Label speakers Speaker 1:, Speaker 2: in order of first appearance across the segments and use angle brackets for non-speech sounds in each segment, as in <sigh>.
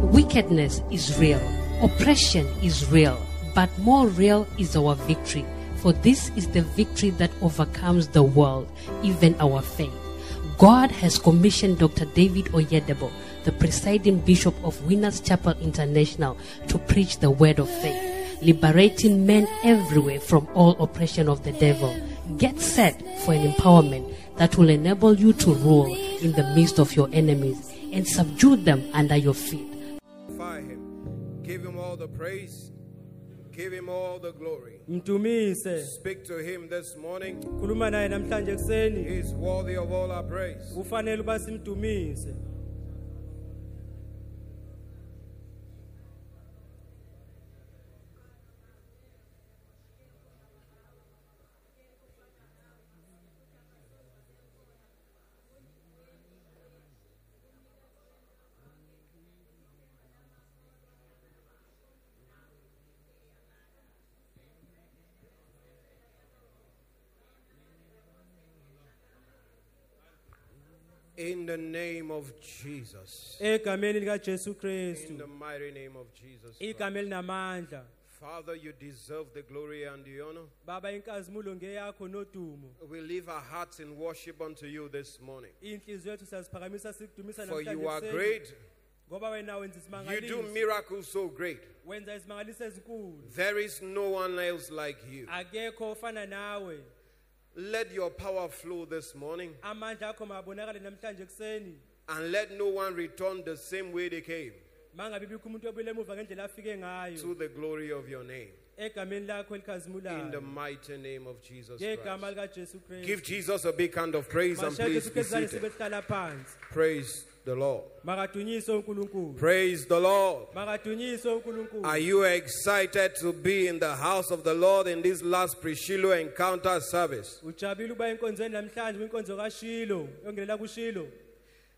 Speaker 1: Wickedness is real, oppression is real, but more real is our victory. For this is the victory that overcomes the world, even our faith. God has commissioned Dr. David Oyedebo, the presiding bishop of Winners Chapel International, to preach the word of faith, liberating men everywhere from all oppression of the devil. Get set for an empowerment that will enable you to rule in the midst of your enemies and subdue them under your feet.
Speaker 2: Glorify him. Give him all the praise. Give him all the glory.
Speaker 3: mtumise
Speaker 2: Speak to him this morning.
Speaker 3: khuluma naye namhlanje
Speaker 2: He
Speaker 3: ekuseni
Speaker 2: is worthy of all our praise.
Speaker 3: kufanele uba simdumise
Speaker 2: In the name of Jesus.
Speaker 3: egameni likajesu kristu
Speaker 2: In the mighty name of Jesus. Christ.
Speaker 3: igama elinamandla
Speaker 2: Father, you deserve the glory and the honor.
Speaker 3: baba inkazimulo ngeyakho nodumo
Speaker 2: We leave our hearts in worship unto you this morning.
Speaker 3: iintliziyo yethu siyaziphakamisa sikudumisa
Speaker 2: For you are
Speaker 3: ekuseni.
Speaker 2: great.
Speaker 3: ngoba wena wenza
Speaker 2: You do
Speaker 3: isimangaliso
Speaker 2: miracles so great.
Speaker 3: wenza izimangaliso ezinkulu
Speaker 2: There is no one else like you.
Speaker 3: akekho ofana nawe
Speaker 2: Let your power flow this morning
Speaker 3: amandla akho mabonakale namhlanje ekuseni
Speaker 2: and let no one return the same way they came
Speaker 3: mangabe bikho umuntu obuyela emuva ngendlela afike
Speaker 2: to
Speaker 3: ngayo
Speaker 2: the glory of your name.
Speaker 3: egameni lakho
Speaker 2: In the
Speaker 3: elikhazimulayo
Speaker 2: mighty name of Jesus
Speaker 3: ngegama
Speaker 2: Christ.
Speaker 3: likajesu kristu
Speaker 2: Give Jesus a big hand of praise and
Speaker 3: Mashaka
Speaker 2: please be
Speaker 3: sikhezane
Speaker 2: seated.
Speaker 3: sibehlala phansi.
Speaker 2: Praise the Lord.
Speaker 3: Makadunyiswe uNkulunkulu.
Speaker 2: Praise the Lord.
Speaker 3: Makadunyiswe uNkulunkulu.
Speaker 2: Are you excited to be in the house of the Lord in this last Priscilla encounter service?
Speaker 3: Ujabule ukuba enkonzweni namhlanje kwinkonzo kaShilo, yongelela kuShilo.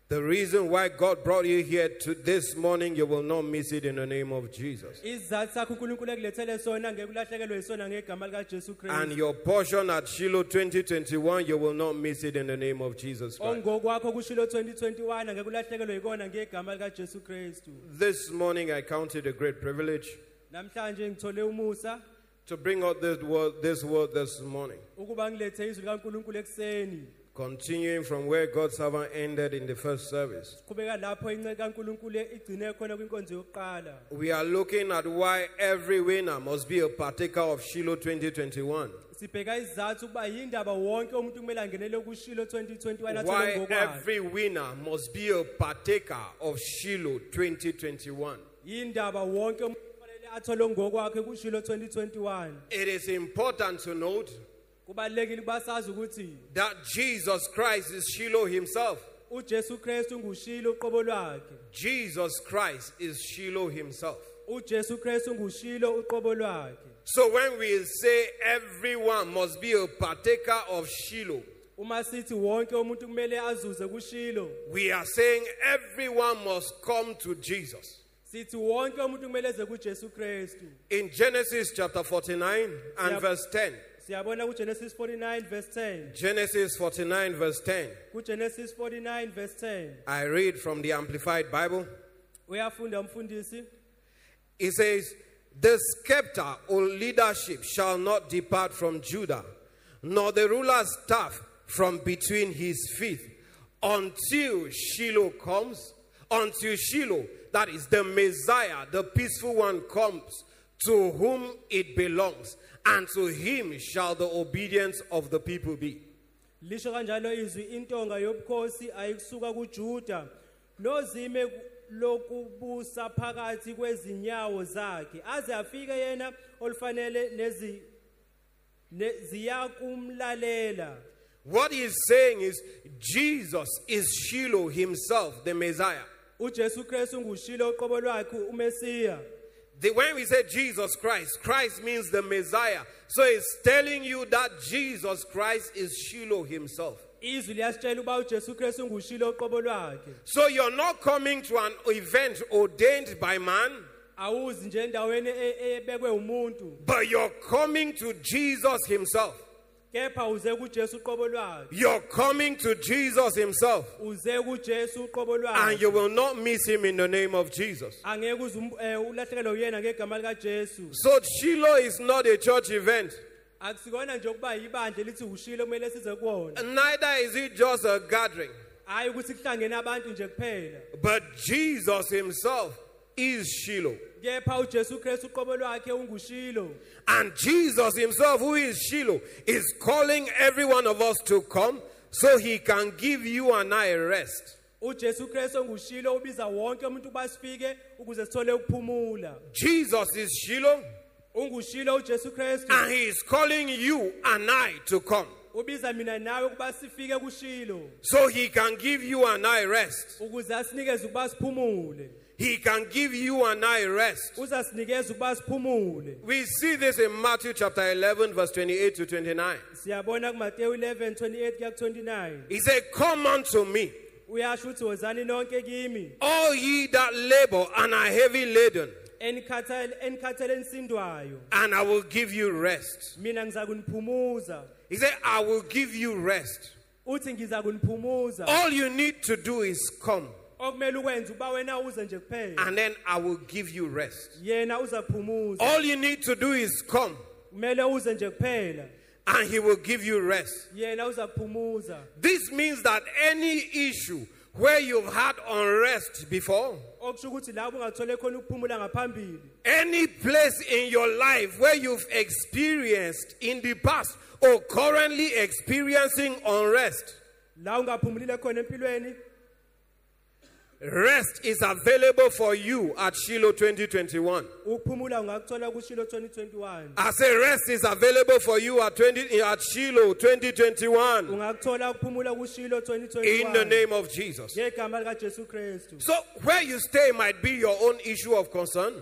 Speaker 2: The reason why God brought you here to this morning, you will not miss it in the name of Jesus.
Speaker 3: Izathu sakho uNkulunkulu ekulethele sona ngeke ulahlekelwe yisona ngegama likaJesu
Speaker 2: And
Speaker 3: Kristu.
Speaker 2: your portion at Shiloh 2021, you will not miss it in the name of Jesus Christ.
Speaker 3: Ongokwakho kuShilo 2021 ngeke ulahlekelwe yikona ngegama likaJesu Kristu.
Speaker 2: This morning, I counted a great privilege
Speaker 3: Namhlanje ngithole umusa
Speaker 2: to bring out this word, this word this morning,
Speaker 3: ukuba ngilethe izwi likaNkulunkulu ekseni.
Speaker 2: continuing from where God's servant ended in the first service.
Speaker 3: Qhubeka lapho inceke kaNkulunkulu e-, igcine khona kwinkonzo yokuqala.
Speaker 2: We are looking at why every winner must be a partaker of Shiloh 2021.
Speaker 3: sibheka izathu ukuba yindaba wonke umuntu kumele angenele kushilo 2021 athole
Speaker 2: Why
Speaker 3: ngokwakhe
Speaker 2: every winner must be a partaker of Shiloh 2021.
Speaker 3: yindaba wonke umuntu kufanele athole ngokwakhe kushilo 2021
Speaker 2: It is important to note
Speaker 3: kubalulekile ukuba sazi ukuthi
Speaker 2: that Jesus Christ is Shiloh himself.
Speaker 3: ujesu kristu ngushilo uqobo lwakhe
Speaker 2: Jesus Christ is Shiloh himself.
Speaker 3: ujesu kristu ngushilo uqobo lwakhe
Speaker 2: So when we say everyone must be a partaker of Shiloh,
Speaker 3: uma sithi wonke umuntu kumele azuze kushilo
Speaker 2: we are saying everyone must come to Jesus.
Speaker 3: sithi wonke umuntu kumele eze kujesu kristu
Speaker 2: In Genesis chapter 49 and
Speaker 3: Yep.
Speaker 2: verse 10,
Speaker 3: siyabona kugenesis 49 verse 10
Speaker 2: Genesis 49 verse 10,
Speaker 3: kugenesis 49 verse 10
Speaker 2: I read from the Amplified Bible.
Speaker 3: uyafunda umfundisi
Speaker 2: It says, The scepter or leadership shall not depart from Judah, nor the ruler's staff from between his feet, until Shiloh comes, until Shiloh, that is the Messiah, the peaceful one, comes, to whom it belongs, and to him shall the obedience of the people be.
Speaker 3: lisho kanjalo izwi intonga yobukhosi ayikusuka kuJuda nozime lokubusa phakathi kwezinyawo zakhe aze afike yena olifanele nezi neziyakumlalela
Speaker 2: What he is saying is, Jesus is Shiloh himself, the Messiah.
Speaker 3: uJesu Kristu ngushilo oqobo lwakhe uMesiya
Speaker 2: The, when we say Jesus Christ, Christ means the Messiah. So it's telling you that Jesus Christ is Shiloh himself.
Speaker 3: izwi liyasitshela uba uJesu Kristu ngushilo oqobo lwakhe
Speaker 2: So you're not coming to an event ordained by man,
Speaker 3: awuzi nje endaweni e- ebekwe umuntu
Speaker 2: but you're coming to Jesus himself.
Speaker 3: kepha uze kuJesu uqobo lwakhe
Speaker 2: You're coming to Jesus Himself,
Speaker 3: uze kuJesu uqobo
Speaker 2: and
Speaker 3: lwakhe
Speaker 2: you will not miss Him in the name of Jesus.
Speaker 3: angeke uze um- eh, ulahlekelwe uyena ngegama likaJesu
Speaker 2: So, Shiloh is not a church event,
Speaker 3: akusikona nje ukuba yibandla elithi ushilo kumele size kuwona
Speaker 2: neither is it just a gathering,
Speaker 3: hayi ukuthi kuhlangene abantu nje kuphela
Speaker 2: but Jesus Himself is Shiloh.
Speaker 3: kepha uJesu Kristu uqobo lwakhe ungushilo
Speaker 2: And Jesus Himself, who is Shiloh, is calling every one of us to come so He can give you and I rest.
Speaker 3: uJesu Kristu ongushilo ubiza wonke umuntu ukuba sifike ukuze sithole ukuphumula
Speaker 2: Jesus is Shiloh,
Speaker 3: ungushilo uJesu Kristu
Speaker 2: and He is calling you and I to come
Speaker 3: ubiza mina nawe ukuba sifike kushilo
Speaker 2: so He can give you and I rest.
Speaker 3: ukuze asinikeze ukuba siphumule
Speaker 2: He can give you and I rest.
Speaker 3: uzasinikeza ukuba siphumule
Speaker 2: We see this in Matthew chapter 11, verse 28 to 29.
Speaker 3: siyabona kuMateyu 11:28 kuya ku29
Speaker 2: He said, Come unto me,
Speaker 3: uyasho uthi wozani nonke kimi
Speaker 2: all ye that labor and are heavy laden,
Speaker 3: enikhathele enikhathele enisindwayo
Speaker 2: and I will give you rest.
Speaker 3: mina ngiza kuniphumuza
Speaker 2: He said, I will give you rest.
Speaker 3: uthi ngiza kuniphumuza
Speaker 2: All you need to do is come,
Speaker 3: okumele ukwenze uba wena uze nje kuphela
Speaker 2: and then I will give you rest.
Speaker 3: yena uzaphumuza
Speaker 2: All you need to do is come,
Speaker 3: kumele uze nje kuphela
Speaker 2: and He will give you rest.
Speaker 3: yena uzaphumuza
Speaker 2: This means that any issue where you've had unrest before,
Speaker 3: okusho ukuthi lapho ungathole khona ukuphumula ngaphambili
Speaker 2: any place in your life where you've experienced in the past or currently experiencing unrest,
Speaker 3: la ungaphumulile khona empilweni
Speaker 2: rest is available for you at Shiloh 2021.
Speaker 3: ukuphumula ungakuthola kushilo 2021
Speaker 2: I say rest is available for you at 20 at Shiloh 2021.
Speaker 3: ungakuthola ukuphumula kushilo
Speaker 2: in the
Speaker 3: 2021
Speaker 2: name of Jesus.
Speaker 3: ngegama likaJesu Kristu
Speaker 2: So, where you stay might be your own issue of concern.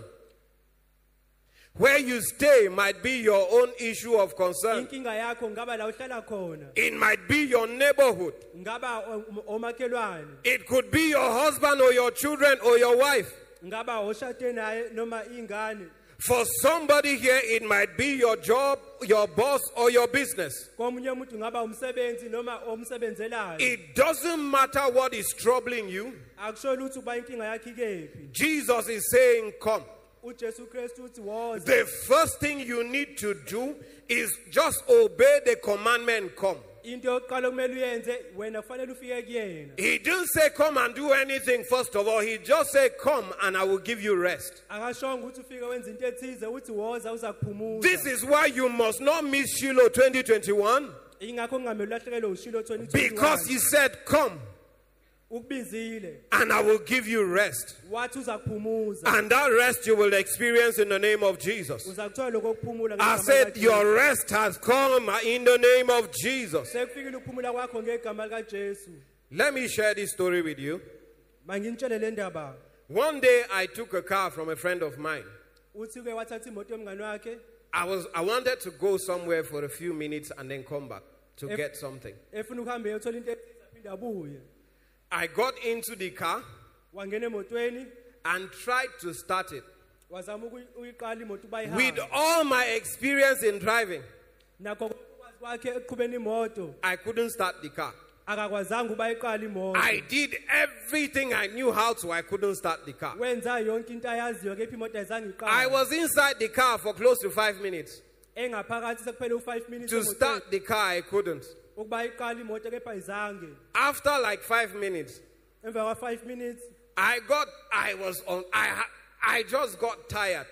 Speaker 2: Where you stay might be your own issue of concern.
Speaker 3: inkinga yakho ngaba la uhlala khona
Speaker 2: It might be your neighborhood.
Speaker 3: ngaba o- omakhelwane
Speaker 2: It could be your husband or your children or your wife.
Speaker 3: ngaba oshade naye noma ingane
Speaker 2: For somebody here, it might be your job, your boss, or your business.
Speaker 3: komunye umuntu ngaba umsebenzi noma omsebenzelayo
Speaker 2: It doesn't matter what is troubling you.
Speaker 3: akusholi ukuthi uba inkinga yakhe ikephi
Speaker 2: Jesus is saying, Come.
Speaker 3: uJesu Kristu uthi woza
Speaker 2: The first thing you need to do is just obey the commandment, Come.
Speaker 3: into yokuqala okumele uyenze wena kufanele ufike kuyena
Speaker 2: He didn't say, Come and do anything, first of all. He just said, Come and I will give you rest.
Speaker 3: akashonga ukuthi ufike wenze into ethize uthi woza uza
Speaker 2: This
Speaker 3: kuphumula
Speaker 2: is why you must not miss Shiloh 2021
Speaker 3: ingakho kungamele ulahlekelwe ushilo 2021
Speaker 2: because he said, Come
Speaker 3: ukubizile
Speaker 2: and I will give you rest.
Speaker 3: wathi uza kuphumuza
Speaker 2: And that rest you will experience in the name of Jesus.
Speaker 3: uza kuthola lokokuphumula
Speaker 2: I said, Your rest has come in the name of Jesus.
Speaker 3: sekufikile ukuphumula kwakho ngegama likaJesu
Speaker 2: Let me share this story with you.
Speaker 3: manginitshele le ndaba
Speaker 2: One day I took a car from a friend of mine.
Speaker 3: uthi ke wathatha imoto yomngani wakhe
Speaker 2: I, was, I wanted to go somewhere for a few minutes and then come back to
Speaker 3: If-
Speaker 2: get something.
Speaker 3: efuna ukuhamba eyothola into ethize aphinde abuye
Speaker 2: I got into the car.
Speaker 3: wangena emotweni
Speaker 2: and tried to start it.
Speaker 3: wazama ukuyi- ukuyiqala imoto
Speaker 2: With
Speaker 3: ubayihambe
Speaker 2: all my experience in driving,
Speaker 3: nakho konke ukwazi kwakhe eqhubeni imoto
Speaker 2: I couldn't start the car.
Speaker 3: akakwazanga ubayiqala imoto
Speaker 2: I did everything I knew how to, I couldn't start the car.
Speaker 3: wenza yonke into ayaziyo kepha imoto ayizange
Speaker 2: I
Speaker 3: iqala
Speaker 2: was inside the car for close to five minutes.
Speaker 3: engaphakathi sekuphele u-5 minutes
Speaker 2: To
Speaker 3: emotweni.
Speaker 2: start the car, I couldn't.
Speaker 3: ukuba iqala imoto kepha ayizange
Speaker 2: After like five minutes,
Speaker 3: emva kwa-5 minutes
Speaker 2: I got, I was on, I, ha- I just got tired.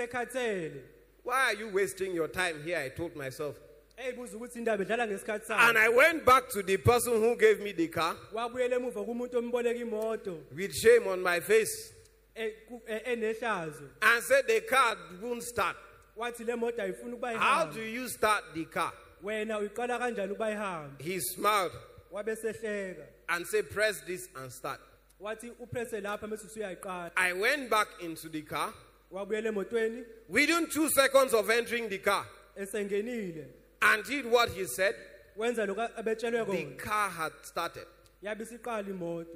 Speaker 3: esekhathele
Speaker 2: Why are you wasting your time here? I told myself.
Speaker 3: eyibuza ukuthi indaba edlala ngesikhathi
Speaker 2: And
Speaker 3: sayo
Speaker 2: I went back to the person who gave me the car
Speaker 3: wabuyela emuva kumuntu omboleka imoto
Speaker 2: with shame on my face
Speaker 3: eh, ku- eh, enehlazo
Speaker 2: and said the car won't start.
Speaker 3: wathi le moto ayifuni ukuba
Speaker 2: How do
Speaker 3: ihambe
Speaker 2: you start the car?
Speaker 3: wena uyiqala kanjani ukuba ihambe
Speaker 2: He smiled
Speaker 3: wabesehleka
Speaker 2: and said, Press this and start.
Speaker 3: wathi uprese lapha mase usuyayiqala
Speaker 2: I went back into the car.
Speaker 3: wabuyela emotweni
Speaker 2: Within two seconds of entering the car
Speaker 3: esengenile
Speaker 2: and did what he said,
Speaker 3: wenza lokho abetshelwe
Speaker 2: the
Speaker 3: kona
Speaker 2: car had started.
Speaker 3: yabe isiqala imoto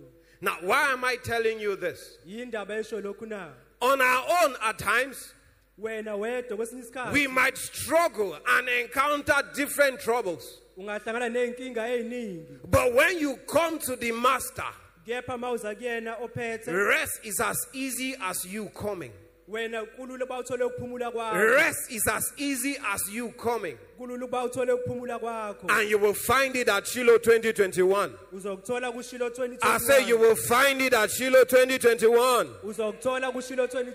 Speaker 2: Now, why am I telling you this?
Speaker 3: yindaba esho lokhu na
Speaker 2: On our own, at times,
Speaker 3: wena wedwa kwesinye isikhathi
Speaker 2: We might struggle and encounter different troubles.
Speaker 3: ungahlangana ney'nkinga ey'ningi
Speaker 2: But when you come to the master,
Speaker 3: kepha ma uza kuyena ophethe
Speaker 2: rest is as easy as you coming.
Speaker 3: wena kulula uba uthole ukuphumula kwakho
Speaker 2: Rest is as easy as you coming.
Speaker 3: kulula uba uthole ukuphumula kwakho
Speaker 2: And you will find it at Shiloh 2021.
Speaker 3: uzokuthola kushilo
Speaker 2: I say you
Speaker 3: 2021
Speaker 2: will find it at Shiloh 2021
Speaker 3: uzokuthola kushilo
Speaker 2: in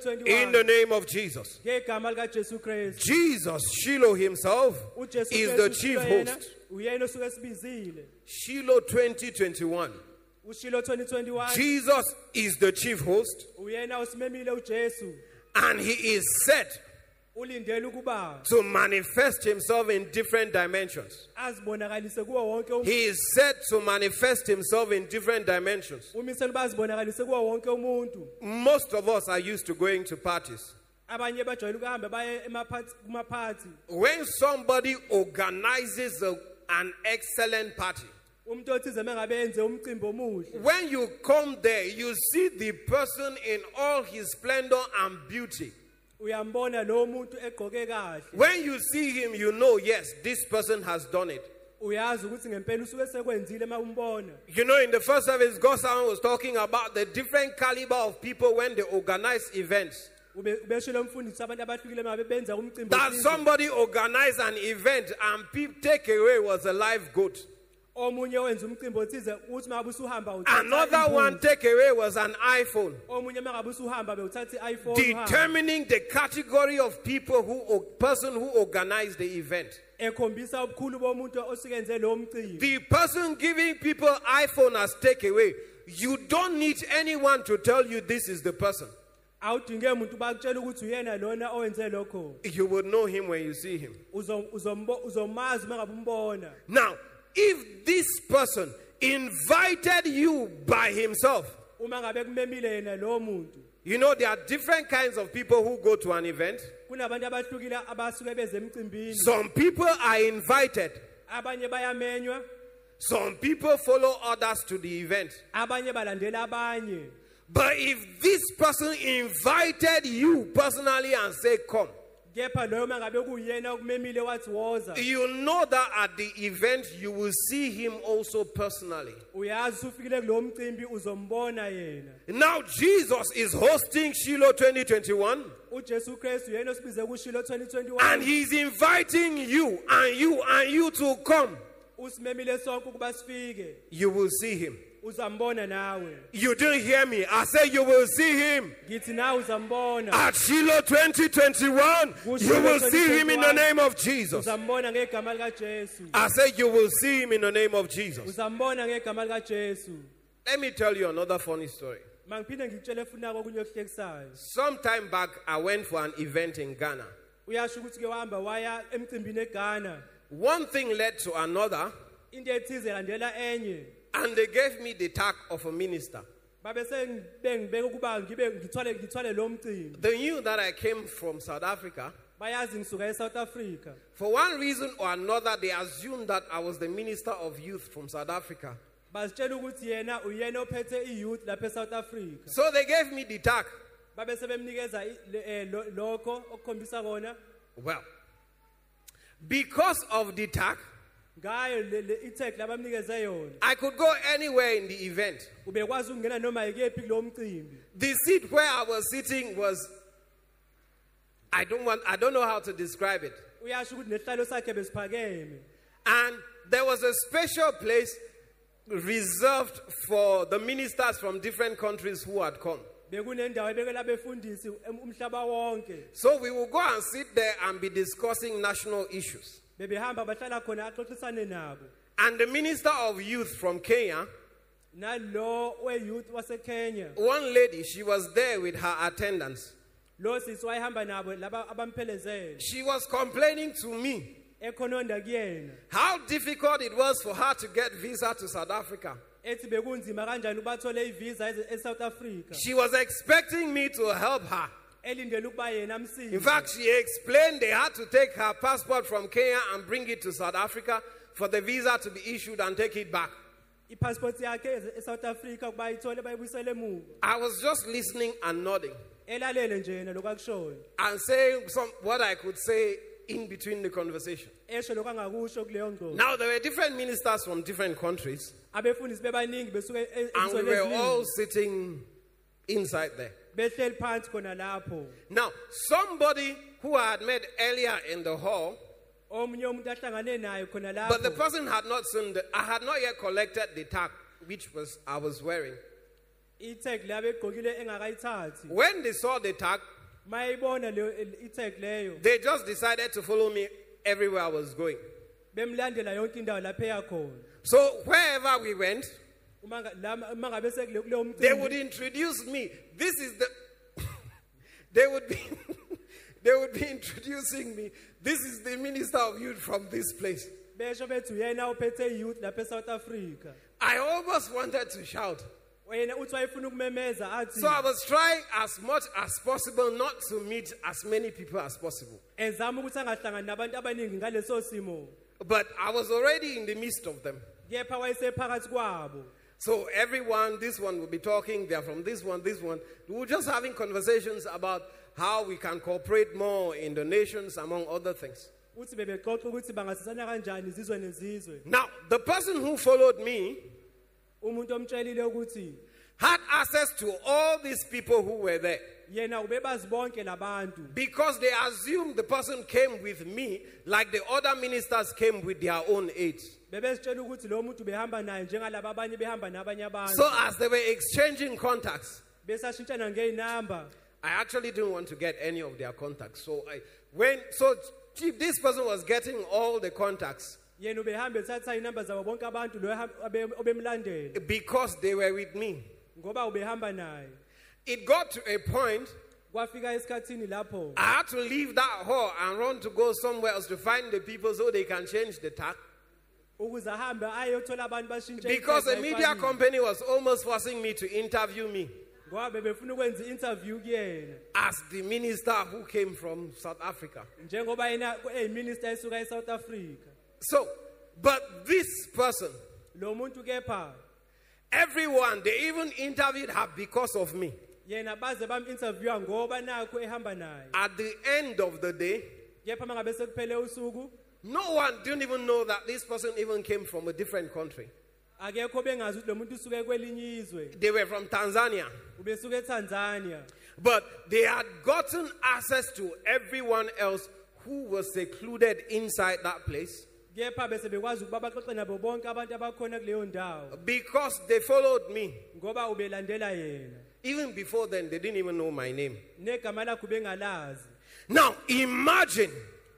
Speaker 2: the
Speaker 3: 2021
Speaker 2: name of Jesus.
Speaker 3: ngegama likajesu kristu
Speaker 2: Jesus, Shiloh himself,
Speaker 3: ujesu
Speaker 2: is the
Speaker 3: Kristu
Speaker 2: chief
Speaker 3: yena,
Speaker 2: host.
Speaker 3: uyena osuke esibizile
Speaker 2: Shiloh 2021.
Speaker 3: ushilo 2021
Speaker 2: Jesus is the chief host
Speaker 3: uyena osimemile ujesu
Speaker 2: and he is set
Speaker 3: ulindele ukuba
Speaker 2: to manifest himself in different dimensions.
Speaker 3: azibonakalise kuwo wonke umuntu
Speaker 2: He is set to manifest himself in different dimensions.
Speaker 3: umisele bazibonakalise kuwo wonke umuntu
Speaker 2: Most of us are used to going to parties.
Speaker 3: abanye bajwayele ukuhamba baye emaphathi- kumaphathi
Speaker 2: When somebody organizes a- an excellent party,
Speaker 3: umuntu othize mengabe enze umcimbi omuhle
Speaker 2: when you come there, you see the person in all his splendor and beauty.
Speaker 3: uyambona lo muntu egqoke kahle
Speaker 2: When you see him, you know, yes, this person has done it.
Speaker 3: uyazi ukuthi ngempela usuke sekwenzile uma umbona
Speaker 2: You know, in the first service, God Simon was talking about the different caliber of people when they organize events.
Speaker 3: Ube- ubeshilo mfundisi abantu abahlukile mangabe benza umcimbi
Speaker 2: That
Speaker 3: othize.
Speaker 2: somebody organized an event and peep takeaway was a live goat.
Speaker 3: omunye wenza umcimbi othize uthi mangabe usuhamba uthatha
Speaker 2: Another one
Speaker 3: imbuzi.
Speaker 2: takeaway was an iPhone.
Speaker 3: omunye mangabe usuhamba bewuthatha i-iphone uhambe.
Speaker 2: Determining the category of people who or person who organized the event.
Speaker 3: ekhombisa ubukhulu bomuntu osuke enze lo mcimbi
Speaker 2: The person giving people iPhone as takeaway. You don't need anyone to tell you this is the person.
Speaker 3: awudinge muntu bakutshela ukuthi uyena lona owenze lokho
Speaker 2: You will know him when you see him.
Speaker 3: Uzo- uzombo- uzomazi uma ngabe umbona
Speaker 2: Now, if this person invited you by himself,
Speaker 3: uma ngabe kumemile yena lowo muntu
Speaker 2: you know, there are different kinds of people who go to an event.
Speaker 3: kunabantu abahlukile abasuke beze emcimbini
Speaker 2: Some people are invited,
Speaker 3: abanye bayamenywa
Speaker 2: some people follow others to the event.
Speaker 3: abanye balandela abanye
Speaker 2: But if this person invited you personally and said, Come,
Speaker 3: kepha loyo uma ngabe kuyena okumemile wathi woza
Speaker 2: you know that at the event you will see him also personally.
Speaker 3: uyazi usufikile kulowo mcimbi uzombona yena
Speaker 2: Now, Jesus is hosting Shiloh 2021.
Speaker 3: ujesu kristu uyena osibize kushilo
Speaker 2: And
Speaker 3: 2021
Speaker 2: he's inviting you and you and you to come.
Speaker 3: usimemile sonke ukuba sifike
Speaker 2: You will see him.
Speaker 3: uzambona nawe
Speaker 2: You didn't hear me. I said you will see him
Speaker 3: ngithi nawe uzambona
Speaker 2: at Shiloh 2021. You will see him in the name of Jesus.
Speaker 3: uzambona ngegama likajesu
Speaker 2: I said you will see him in the name of Jesus.
Speaker 3: uzambona ngegama likajesu
Speaker 2: Let me tell you another funny story.
Speaker 3: mangiphinde ngikutshele funako okunye okuhlekisayo
Speaker 2: Sometime back, I went for an event in Ghana.
Speaker 3: uyasho ukuthi-ke wahamba waya emcimbini egana
Speaker 2: One thing led to another,
Speaker 3: into ethize landela enye
Speaker 2: and they gave me the tag of a minister.
Speaker 3: babe sengibengibeka ukuba ngibe ngithwale ngithwale lo mcimbi
Speaker 2: They knew that I came from South Africa.
Speaker 3: bayazi ngisuka e-south africa
Speaker 2: For one reason or another, they assumed that I was the minister of youth from South Africa.
Speaker 3: bazitshela ukuthi yena uyena ophethe i-youth lapha e-south africa
Speaker 2: So they gave me the tag.
Speaker 3: babe sebemnikeza i- le- eh, lo- lokho okukhombisa kona
Speaker 2: Well, because of the tag,
Speaker 3: ngayo le- le- i-tag labamnikeze yona
Speaker 2: I could go anywhere in the event.
Speaker 3: ubekwazi ukungena noma yikephi kulowo mcimbi
Speaker 2: The seat where I was sitting was I don't want I don't know how to describe it.
Speaker 3: uyasho ukuthi nesihlalo sakhe besiphakeme
Speaker 2: And there was a special place reserved for the ministers from different countries who had come.
Speaker 3: bekunendawo ebekela befundisi em- umhlaba wonke
Speaker 2: So we would go and sit there and be discussing national issues.
Speaker 3: bebehamba bahlala khona axoxisane nabo
Speaker 2: And the minister of youth from Kenya,
Speaker 3: nalo weyouth wasekenya
Speaker 2: one lady, she was there with her attendants.
Speaker 3: lo sisi wayehamba nabo laba abamphelezele
Speaker 2: She was complaining to me
Speaker 3: ekhononda kuyena
Speaker 2: how difficult it was for her to get visa to South Africa.
Speaker 3: ethi bekunzima kanjani ubathole ivisa eze- eSouth Africa
Speaker 2: She was expecting me to help her.
Speaker 3: elindele ukuba yena amsize
Speaker 2: In fact, she explained they had to take her passport from Kenya and bring it to South Africa for the visa to be issued and take it back.
Speaker 3: ipassport yakhe eze- eSouth Africa kuba ayithole bayibuyisele emuva
Speaker 2: I was just listening and nodding.
Speaker 3: elalele nje yena lokakushoyo
Speaker 2: and saying some, what I could say in between the conversation.
Speaker 3: esho lokangakusho kuleyo ngqondo
Speaker 2: Now, there were different ministers from different countries,
Speaker 3: abefundisi bebaningi besuke e-
Speaker 2: and we
Speaker 3: ezizweni
Speaker 2: were all
Speaker 3: eziningi,
Speaker 2: sitting inside there.
Speaker 3: behleli phansi khona lapho
Speaker 2: Now, somebody who I had met earlier in the hall,
Speaker 3: omunye umuntu ahlangane naye khona
Speaker 2: but the
Speaker 3: lapho
Speaker 2: person had not seen, the, I had not yet collected the tag which was I was wearing.
Speaker 3: itag labe egqokile engakayithathi
Speaker 2: When they saw the tag,
Speaker 3: mayibona leyo itag leyo
Speaker 2: they just decided to follow me everywhere I was going.
Speaker 3: bemlandela yonke indawo lapho eyakhona
Speaker 2: So, wherever we went,
Speaker 3: uma nga- la- uma ngabe sekule kuleyo
Speaker 2: they would
Speaker 3: mcimbi
Speaker 2: introduce me. This is the. <coughs> they would be. <laughs> they would be introducing me. This is the minister of youth from this place.
Speaker 3: besho bethi uyena ophethe iyouth lapha e-south africa
Speaker 2: I almost wanted to shout.
Speaker 3: yena uthi wayefuna ukumemeza athi
Speaker 2: So I was trying as much as possible not to meet as many people as possible.
Speaker 3: ezama ukuthi angahlangani nabantu abaningi ngaleso simo
Speaker 2: But I was already in the midst of them.
Speaker 3: kepha wayesephakathi kwabo
Speaker 2: So everyone, this one will be talking, they're from this one, this one. We were just having conversations about how we can cooperate more in the nations, among other things.
Speaker 3: uthi bebexoxa ukuthi bangasizana kanjani izizwe nezizwe
Speaker 2: Now, the person who followed me
Speaker 3: umuntu omtshelile ukuthi
Speaker 2: had access to all these people who were there
Speaker 3: yena ubebazi bonke labantu
Speaker 2: because they assumed the person came with me like the other ministers came with their own aid.
Speaker 3: bebezitshela ukuthi lo muntu behamba naye njengalaba abanye behamba nabanye abantu
Speaker 2: So, as they were exchanging contacts,
Speaker 3: besashintshana ngey'namba
Speaker 2: I actually didn't want to get any of their contacts. So, I, when so chief, this person was getting all the contacts
Speaker 3: yena ubehambe ethatha iy'namba zabo bonke abantu lo obemlandela
Speaker 2: because they were with me.
Speaker 3: ngoba ubehamba naye
Speaker 2: It got to a point
Speaker 3: kwafika esikhathini lapho
Speaker 2: I had to leave that hall and run to go somewhere else to find the people so they can change the tack.
Speaker 3: ukuze ahambe ayothola abantu bashintshe
Speaker 2: Because
Speaker 3: ikhekhe
Speaker 2: a media
Speaker 3: ayifani.
Speaker 2: company was almost forcing me to interview me.
Speaker 3: ngoba bebefuna ukwenza i-interview kuyena
Speaker 2: as the minister who came from South Africa.
Speaker 3: njengoba yena eyiminister esuka e-south africa
Speaker 2: So, but this person,
Speaker 3: lo muntu kepha
Speaker 2: everyone, they even interviewed her because of me.
Speaker 3: yena baze bam-interviewa ngoba nakho ehamba naye
Speaker 2: At the end of the day,
Speaker 3: kepha uma ngabe sekuphele usuku
Speaker 2: no one didn't even know that this person even came from a different country.
Speaker 3: akekho bengazi ukuthi lo muntu usuke kwelinye izwe
Speaker 2: They were from Tanzania.
Speaker 3: ubesuke etanzania
Speaker 2: But they had gotten access to everyone else who was secluded inside that place
Speaker 3: kepha bese bekwazi ukuba baxoxe nabo bonke abantu abakhona kuleyo ndawo
Speaker 2: because they followed me.
Speaker 3: ngoba ubelandela yena
Speaker 2: Even before then, they didn't even know my name.
Speaker 3: negama lakho ubengalazi
Speaker 2: Now, imagine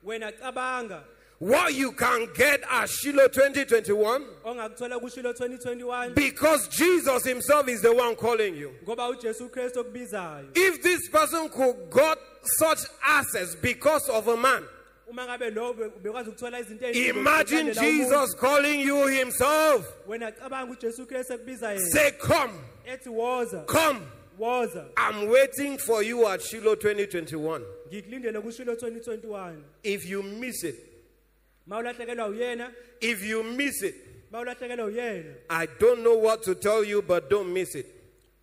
Speaker 3: wena cabanga
Speaker 2: what you can get at Shiloh 2021
Speaker 3: ongakuthola kushilo 2021
Speaker 2: because Jesus Himself is the one calling you.
Speaker 3: ngoba ujesu kristu okubizayo
Speaker 2: If this person could got such access because of a man,
Speaker 3: uma ngabe lo be- bekwazi ukuthola izinto eziningi
Speaker 2: imagine
Speaker 3: zokulandela umuntu.
Speaker 2: Jesus calling you Himself.
Speaker 3: wena cabanga ujesu kristu ekubiza yena
Speaker 2: Say, Come,
Speaker 3: ethi woza
Speaker 2: come.
Speaker 3: woza
Speaker 2: I'm waiting for you at Shiloh 2021.
Speaker 3: ngikulindele kushilo 2021
Speaker 2: If you miss it,
Speaker 3: mawulahlekelwa uyena
Speaker 2: if you miss it,
Speaker 3: mawulahlekelwa uyena
Speaker 2: I don't know what to tell you, but don't miss it.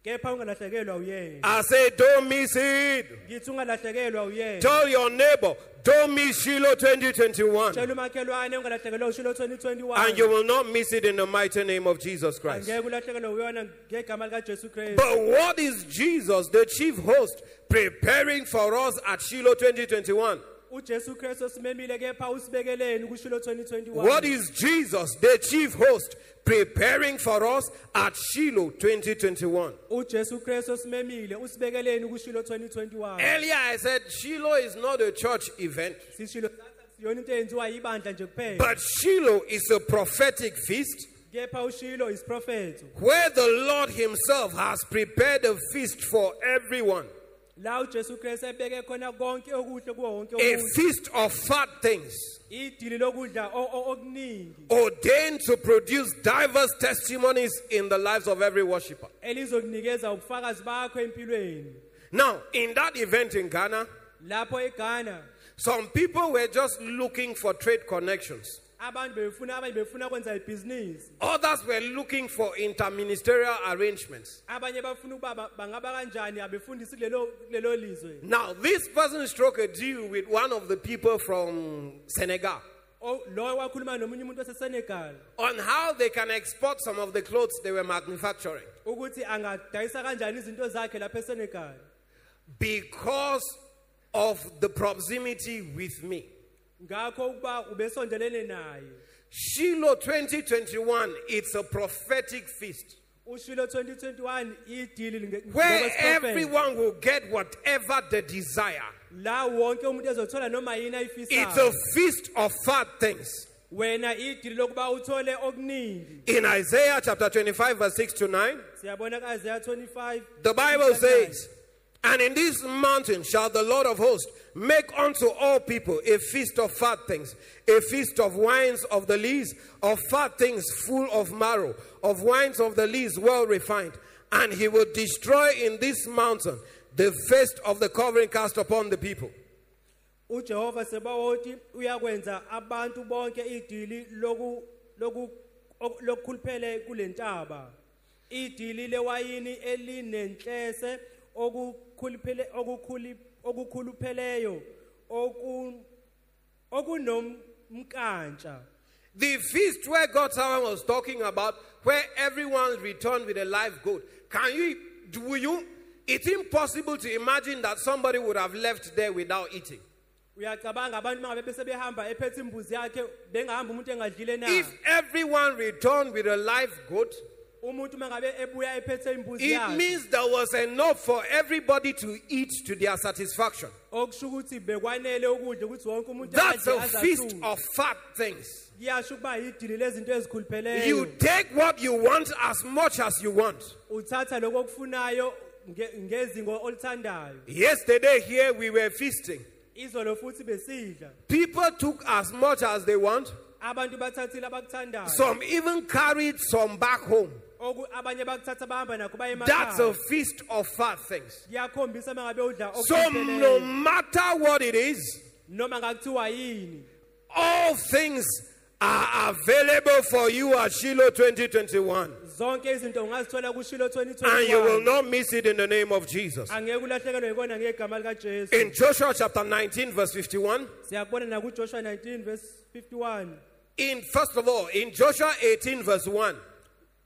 Speaker 3: kepha ungalahlekelwa uyena
Speaker 2: I say, Don't miss it.
Speaker 3: ngithi ungalahlekelwa uyena
Speaker 2: Tell your neighbor, Don't miss Shiloh 2021.
Speaker 3: tshela umakhelwane ungalahlekelwa ushilo 2021
Speaker 2: And you will not miss it in the mighty name of Jesus Christ.
Speaker 3: angeke ulahlekelwe uyona ngegama likajesu kristu
Speaker 2: But what is Jesus, the chief host, preparing for us at Shiloh 2021?
Speaker 3: ujesu kristu osimemile kepha usibekeleni kushilo 2021
Speaker 2: What is Jesus, the chief host, preparing for us at Shiloh 2021?
Speaker 3: ujesu kristu osimemile usibekeleni kushilo 2021
Speaker 2: Earlier I said Shiloh is not a church event,
Speaker 3: sishilo yona into eyenziwa yibandla nje kuphela
Speaker 2: but Shiloh is a prophetic feast
Speaker 3: kepha ushilo isiprofetho
Speaker 2: where the Lord Himself has prepared a feast for everyone.
Speaker 3: la uJesu Kristu ebeke khona konke okuhle kuwo wonke
Speaker 2: A
Speaker 3: umuntu
Speaker 2: feast of fat things.
Speaker 3: idili lokudla o- o- okuningi
Speaker 2: ordained to produce diverse testimonies in the lives of every worshiper.
Speaker 3: elizokunikeza ubufakazi bakho empilweni
Speaker 2: Now, in that event in Ghana,
Speaker 3: lapho eGhana
Speaker 2: some people were just looking for trade connections.
Speaker 3: abantu befuna abanye befuna kwenza ibhizinisi
Speaker 2: Others were looking for interministerial arrangements.
Speaker 3: abanye bafuna ukuba ba- bangaba kanjani abefundisi kulelo kulelo lizwe
Speaker 2: Now, this person struck a deal with one of the people from Senegal
Speaker 3: O- lo wakhuluma nomunye umuntu wasesenegal
Speaker 2: on how they can export some of the clothes they were manufacturing
Speaker 3: ukuthi angadayisa kanjani izinto zakhe lapha esenegal
Speaker 2: because of the proximity with me.
Speaker 3: ngakho ukuba ubesondelene naye
Speaker 2: Shiloh 2021, it's a prophetic feast
Speaker 3: ushilo 2021 idili linge-
Speaker 2: where
Speaker 3: ngoba siphrofetha.
Speaker 2: everyone will get whatever they desire.
Speaker 3: la wonke umuntu ezothola noma yini
Speaker 2: It's a
Speaker 3: ayifisayo
Speaker 2: feast of fat things.
Speaker 3: wena idili lokuba uthole okuningi
Speaker 2: In Isaiah chapter 25, verse 6 to 9,
Speaker 3: siyabona kaIsaiah 25
Speaker 2: the Bible says, And in this mountain shall the Lord of hosts make unto all people a feast of fat things, a feast of wines of the lees, of fat things full of marrow, of wines of the lees well refined. And he will destroy in this mountain the first of the covering cast upon the people.
Speaker 3: uJehova sebawoti uyakwenza abantu bonke idili loku loku ok- lokukhuluphele kulentaba idili lewayini elinenhlese okukhuluphele okukhuli okukhulupheleyo oku okunomkantsha
Speaker 2: The feast where God someone was talking about, where everyone returned with a live goat. Can you, do you? It's impossible to imagine that somebody would have left there without eating.
Speaker 3: uyacabanga abantu mangabe bese behamba ephethe imbuzi yakhe bengahamba umuntu engadlile na
Speaker 2: If everyone returned with a live goat,
Speaker 3: umuntu mangabe ebuya ephethe imbuzi
Speaker 2: it
Speaker 3: yakhe
Speaker 2: means there was enough for everybody to eat to their satisfaction.
Speaker 3: okusho ukuthi bekwanele ukudla ukuthi wonke umuntu
Speaker 2: That's
Speaker 3: adle
Speaker 2: a feast
Speaker 3: azasuthe.
Speaker 2: of fat things.
Speaker 3: yasho ukuba yidili lezinto
Speaker 2: You
Speaker 3: ezikhulupheleyo
Speaker 2: take what you want as much as you want.
Speaker 3: uthatha lokho okufunayo nge- ngezingo olithandayo
Speaker 2: Yesterday, here we were feasting.
Speaker 3: izolo futhi besidla
Speaker 2: People took as much as they want.
Speaker 3: abantu bathathile abakuthandayo
Speaker 2: Some even carried some back home.
Speaker 3: Oku- abanye bakuthatha bahamba nakho
Speaker 2: That's a
Speaker 3: bayemakhaya
Speaker 2: feast of fat things.
Speaker 3: kuyakhombisa uma ngabe udla
Speaker 2: So, no
Speaker 3: okuhlupheleyo
Speaker 2: matter what it is,
Speaker 3: noma ngakuthiwa yini
Speaker 2: all things are available for you at Shiloh 2021.
Speaker 3: zonke izinto ungazithola kushilo
Speaker 2: And you will
Speaker 3: 2021
Speaker 2: not miss it in the name of Jesus.
Speaker 3: angeke ulahlekelwe yikona ngegama
Speaker 2: In
Speaker 3: likajesu
Speaker 2: Joshua chapter 19, verse 51,
Speaker 3: siyakubona nakujoshua 19 verse 51
Speaker 2: in first of all, in Joshua 18, verse 1,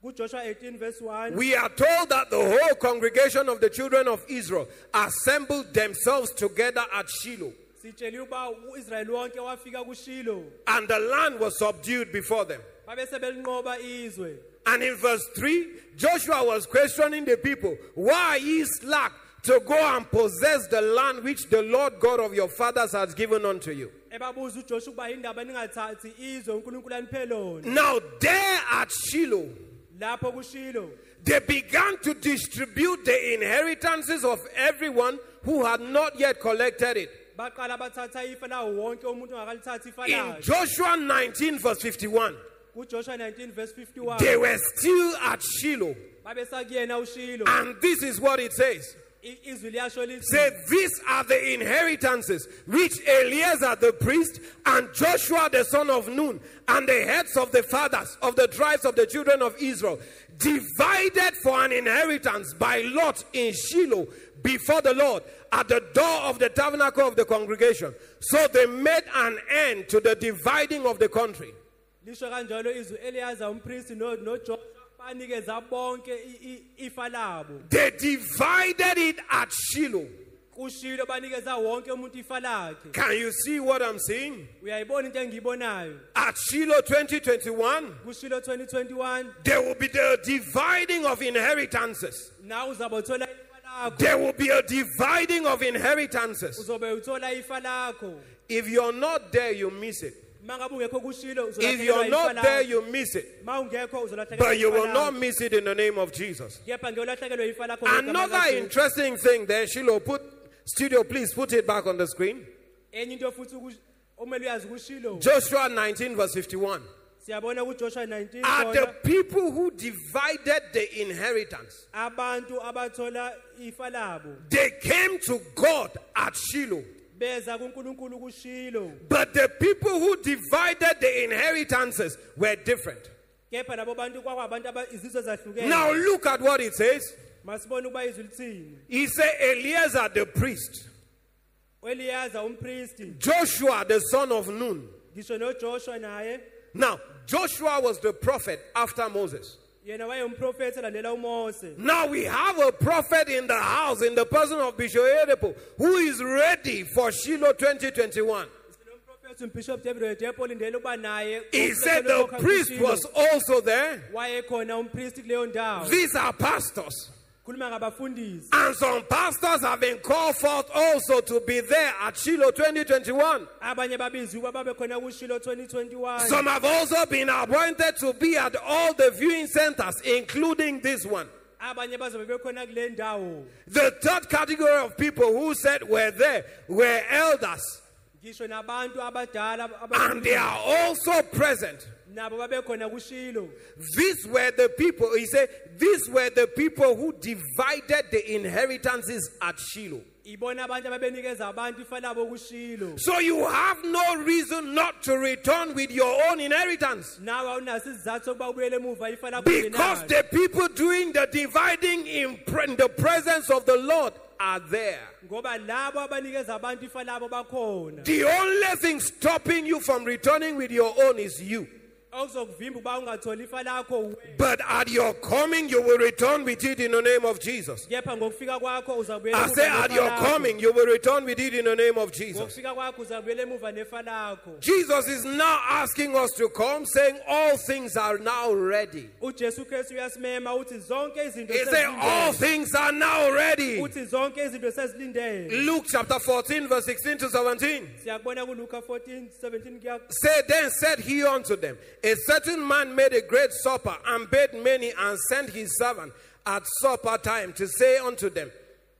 Speaker 3: kujoshua 18 verse 1
Speaker 2: we are told that the whole congregation of the children of Israel assembled themselves together at Shiloh,
Speaker 3: sitsheliwe ukuba u-israyeli wonke wafika kushilo
Speaker 2: and the land was subdued before them.
Speaker 3: babese belinqoba izwe
Speaker 2: And in verse 3, Joshua was questioning the people, Why are ye slack to go and possess the land which the Lord God of your fathers has given unto you?
Speaker 3: ebabuza uJoshua ukuba indaba ningathathi izwe uNkulunkulu aniphe lona
Speaker 2: Now, there at Shiloh,
Speaker 3: lapho kushilo
Speaker 2: they began to distribute the inheritances of everyone who had not yet collected it.
Speaker 3: baqala bathatha ifa lawo wonke umuntu ongakalithathi ifa
Speaker 2: In
Speaker 3: lakhe
Speaker 2: Joshua 19, verse 51,
Speaker 3: kuJoshua 19 verse
Speaker 2: they
Speaker 3: 51
Speaker 2: were still at Shiloh.
Speaker 3: babesakuyena ushilo
Speaker 2: And this is what it says.
Speaker 3: I- izwi liyasho
Speaker 2: Say,
Speaker 3: lithi
Speaker 2: these are the inheritances which Eleazar the priest and Joshua the son of Nun and the heads of the fathers of the tribes of the children of Israel divided for an inheritance by lot in Shiloh before the Lord at the door of the tabernacle of the congregation. So they made an end to the dividing of the country.
Speaker 3: lisho kanjalo izwi eliyaza umpristi no- noJoshua banikeza bonke i- i- ifa labo
Speaker 2: They divided it at Shiloh.
Speaker 3: kushilo banikeza wonke umuntu ifa lakhe
Speaker 2: Can you see what I'm saying?
Speaker 3: uyayibona into engiyibonayo
Speaker 2: At Shiloh 2021.
Speaker 3: kushilo 2021
Speaker 2: There will be the dividing of inheritances.
Speaker 3: nawe uzabothola ifa lakho
Speaker 2: There will be a dividing of inheritances.
Speaker 3: uzobe uthola ifa lakho
Speaker 2: If you're not there, you miss it.
Speaker 3: mangabe ungekho kushilo
Speaker 2: If you're not there, you miss it.
Speaker 3: ma ungekho
Speaker 2: But you will not
Speaker 3: uzolahlekelwa
Speaker 2: miss it in the name of Jesus.
Speaker 3: kepha ngeke ulahlekelwe ifa lakho ngegama
Speaker 2: Another
Speaker 3: likaJesu.
Speaker 2: interesting thing there, Shiloh, put studio, please put it back on the screen.
Speaker 3: enye into futhi ukuthi omele uyazi kushilo
Speaker 2: Joshua 19, verse 51.
Speaker 3: siyabona kujoshua 19
Speaker 2: Are the
Speaker 3: khona,
Speaker 2: people who divided the inheritance,
Speaker 3: abantu abathola ifa labo
Speaker 2: they came to God at Shiloh
Speaker 3: beza kuNkulunkulu kushilo
Speaker 2: But the people who divided the inheritances were different.
Speaker 3: kepha labo bantu kwakwabantu aba- izizwe
Speaker 2: Now
Speaker 3: ezahlukene
Speaker 2: look at what it says.
Speaker 3: masibone ukuba izwi lithini
Speaker 2: He said, Eleazar the priest,
Speaker 3: eliyaza umpristi
Speaker 2: Joshua the son of Nun.
Speaker 3: ngisho nojoshua naye
Speaker 2: Now, Joshua was the prophet after Moses.
Speaker 3: yena wayengumprofethi elandela umose
Speaker 2: Now we have a prophet in the house in the person of Bishop Edepo who is ready for Shiloh 2021.
Speaker 3: sinomprofethi umbishop david oyedepo olindele ukuba naye
Speaker 2: He said the priest was also there.
Speaker 3: wayekhona umpristi kuleyo ndawo
Speaker 2: These are pastors.
Speaker 3: khuluma ngabafundisi
Speaker 2: And some pastors have been called forth also to be there at Shiloh 2021.
Speaker 3: abanye babizwe ukuba babe khona kushilo 2021
Speaker 2: Some have also been appointed to be at all the viewing centers, including this one.
Speaker 3: abanye bazobe bekhona kule ndawo
Speaker 2: The third category of people who said were there were elders,
Speaker 3: ngisho nabantu abadala aba-
Speaker 2: and they are also present.
Speaker 3: nabo babekhona kushilo
Speaker 2: These were the people, he said, these were the people who divided the inheritances at Shiloh.
Speaker 3: ibona abantu ababenikeza abantu ifa labo kushilo
Speaker 2: So you have no reason not to return with your own inheritance.
Speaker 3: nawe awunaso isizathu sokuba ubuyele emuva ifa lakho
Speaker 2: Because
Speaker 3: ungenalo.
Speaker 2: the people doing the dividing in, pre- in the presence of the Lord are there.
Speaker 3: ngoba labo abanikeza abantu ifa labo bakhona
Speaker 2: The only thing stopping you from returning with your own is you.
Speaker 3: okuzokuvimba ukuba ungatholi ifa lakho we.
Speaker 2: But at your coming, you will return with it in the name of Jesus.
Speaker 3: kepha ngokufika kwakho
Speaker 2: I say,
Speaker 3: uzabuyela
Speaker 2: at your coming, you will return with it in the name of Jesus.
Speaker 3: ngokufika kwakho uzabuyela emuva nefa lakho
Speaker 2: Jesus is now asking us to come, saying, All things are now ready.
Speaker 3: ujesu kristu uyasimema uthi zonke izinto
Speaker 2: He said, All
Speaker 3: sezilindele.
Speaker 2: things are now ready.
Speaker 3: uthi zonke izinto sezilindele
Speaker 2: Luke chapter 14, verse 16 to 17.
Speaker 3: siyakubona kuluka 14 17 kuya
Speaker 2: Say then said he unto them, A certain man made a great supper and bade many and sent his servant at supper time to say unto them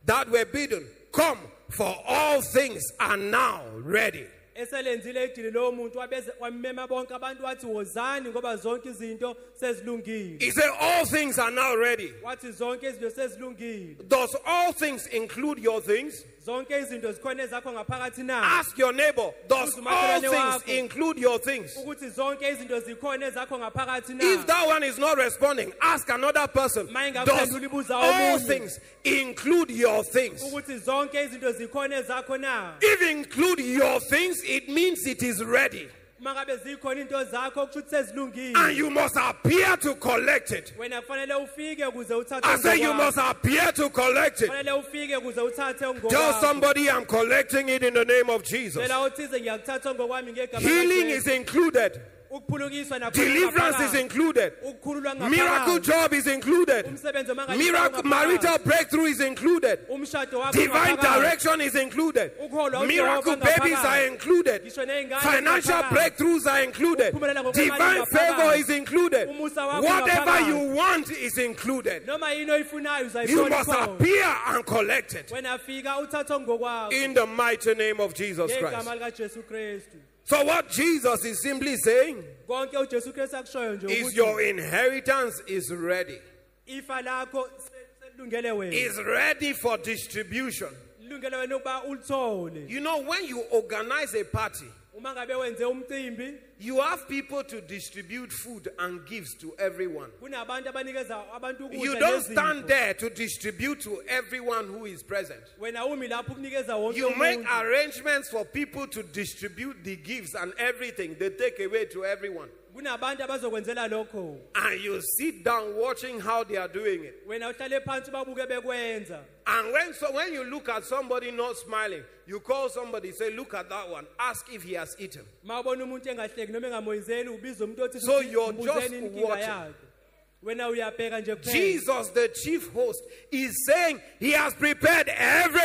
Speaker 2: that were bidden, Come, for all things are now ready.
Speaker 3: eselenzile idili lowo muntu wabeze- wamema bonke abantu wathi wozani ngoba zonke izinto sezilungile
Speaker 2: He said, All things are now ready.
Speaker 3: wathi zonke izinto sezilungile
Speaker 2: Does all things include your things?
Speaker 3: zonke izinto zikhona ezakho ngaphakathi na
Speaker 2: Ask your neighbor, Does all things
Speaker 3: Uzumakhelwane wakho.
Speaker 2: include your things?
Speaker 3: ukuthi zonke izinto zikhona ezakho ngaphakathi
Speaker 2: If
Speaker 3: na
Speaker 2: that one is not responding, ask another person.
Speaker 3: Ma ingaphenduli
Speaker 2: Does
Speaker 3: ibuza
Speaker 2: all
Speaker 3: omunye.
Speaker 2: things include your things?
Speaker 3: ukuthi zonke izinto zikhona ezakho na
Speaker 2: If include your things, it means it is ready.
Speaker 3: uma ngabe zikhona into zakho kusho ukuthi
Speaker 2: And
Speaker 3: sezilungile
Speaker 2: you must appear to collect it.
Speaker 3: wena kufanele ufike ukuze uthathe
Speaker 2: I say you
Speaker 3: ongowakho.
Speaker 2: must appear to collect it.
Speaker 3: kufanele ufike ukuze uthathe
Speaker 2: Tell
Speaker 3: ongowakho.
Speaker 2: somebody I'm collecting it in the name of Jesus.
Speaker 3: Tshela othize ngiyakuthatha ngokwami ngegama
Speaker 2: Healing
Speaker 3: likaJesu.
Speaker 2: is included.
Speaker 3: ukuphulukiswa nakhona
Speaker 2: Deliverance is
Speaker 3: ngaphakathi.
Speaker 2: included.
Speaker 3: ukukhululwa ngaphakathi.
Speaker 2: Miracle job is included.
Speaker 3: umsebenzi omangalisayo
Speaker 2: Miracle
Speaker 3: ngaphakathi.
Speaker 2: marital breakthrough is included.
Speaker 3: umshado wakho
Speaker 2: Divine
Speaker 3: ngaphakathi.
Speaker 2: direction is included.
Speaker 3: Ukuholwa
Speaker 2: Miracle
Speaker 3: okujonga
Speaker 2: babies are
Speaker 3: ngaphakathi.
Speaker 2: included.
Speaker 3: Ngisho ney'ngane
Speaker 2: Financial
Speaker 3: ngaphakathi.
Speaker 2: breakthroughs are included.
Speaker 3: Ukuphumelela ngokwemali
Speaker 2: Divine
Speaker 3: ngaphakathi.
Speaker 2: favor is included.
Speaker 3: Umusa wakho
Speaker 2: Whatever
Speaker 3: ngaphakathi.
Speaker 2: you want is included.
Speaker 3: noma yini oyifunayo
Speaker 2: You
Speaker 3: uzayithola
Speaker 2: must
Speaker 3: khona.
Speaker 2: appear and collect it
Speaker 3: wena fika uthathe ongokwakho
Speaker 2: in the mighty name of Jesus
Speaker 3: ngegama
Speaker 2: Christ.
Speaker 3: likajesu kristu
Speaker 2: So, what Jesus is simply saying
Speaker 3: konke ujesu kristu akushoyo nje
Speaker 2: is
Speaker 3: ukuthi
Speaker 2: your inheritance is ready,
Speaker 3: ifa lakho se- selilungele wena
Speaker 2: is ready for distribution.
Speaker 3: lilungele wena ukuba ulithole
Speaker 2: You know, when you organize a party,
Speaker 3: uma ngabe wenze umcimbi
Speaker 2: you have people to distribute food and gifts to everyone.
Speaker 3: kunabantu abanikeza abantu ukudla
Speaker 2: You don't
Speaker 3: nezipho.
Speaker 2: stand there to distribute to everyone who is present.
Speaker 3: wena umi lapho ukunikeza wonke
Speaker 2: You make
Speaker 3: umuntu.
Speaker 2: arrangements for people to distribute the gifts and everything they take away to everyone.
Speaker 3: kunabantu abazokwenzela lokho
Speaker 2: And you sit down watching how they are doing it.
Speaker 3: wena uhlale phansi babuke bekwenza
Speaker 2: And when, so, when you look at somebody not smiling, you call somebody, say, Look at that one, ask if he has eaten.
Speaker 3: mawubona umuntu engahleki noma engamoyizeli ubiza umuntu othi
Speaker 2: So
Speaker 3: "Mbuze-
Speaker 2: you're
Speaker 3: mbuzeni
Speaker 2: just
Speaker 3: inkinga
Speaker 2: watching.
Speaker 3: yakhe." wena uyabheka nje kuphela
Speaker 2: Jesus, the chief host, is saying he has prepared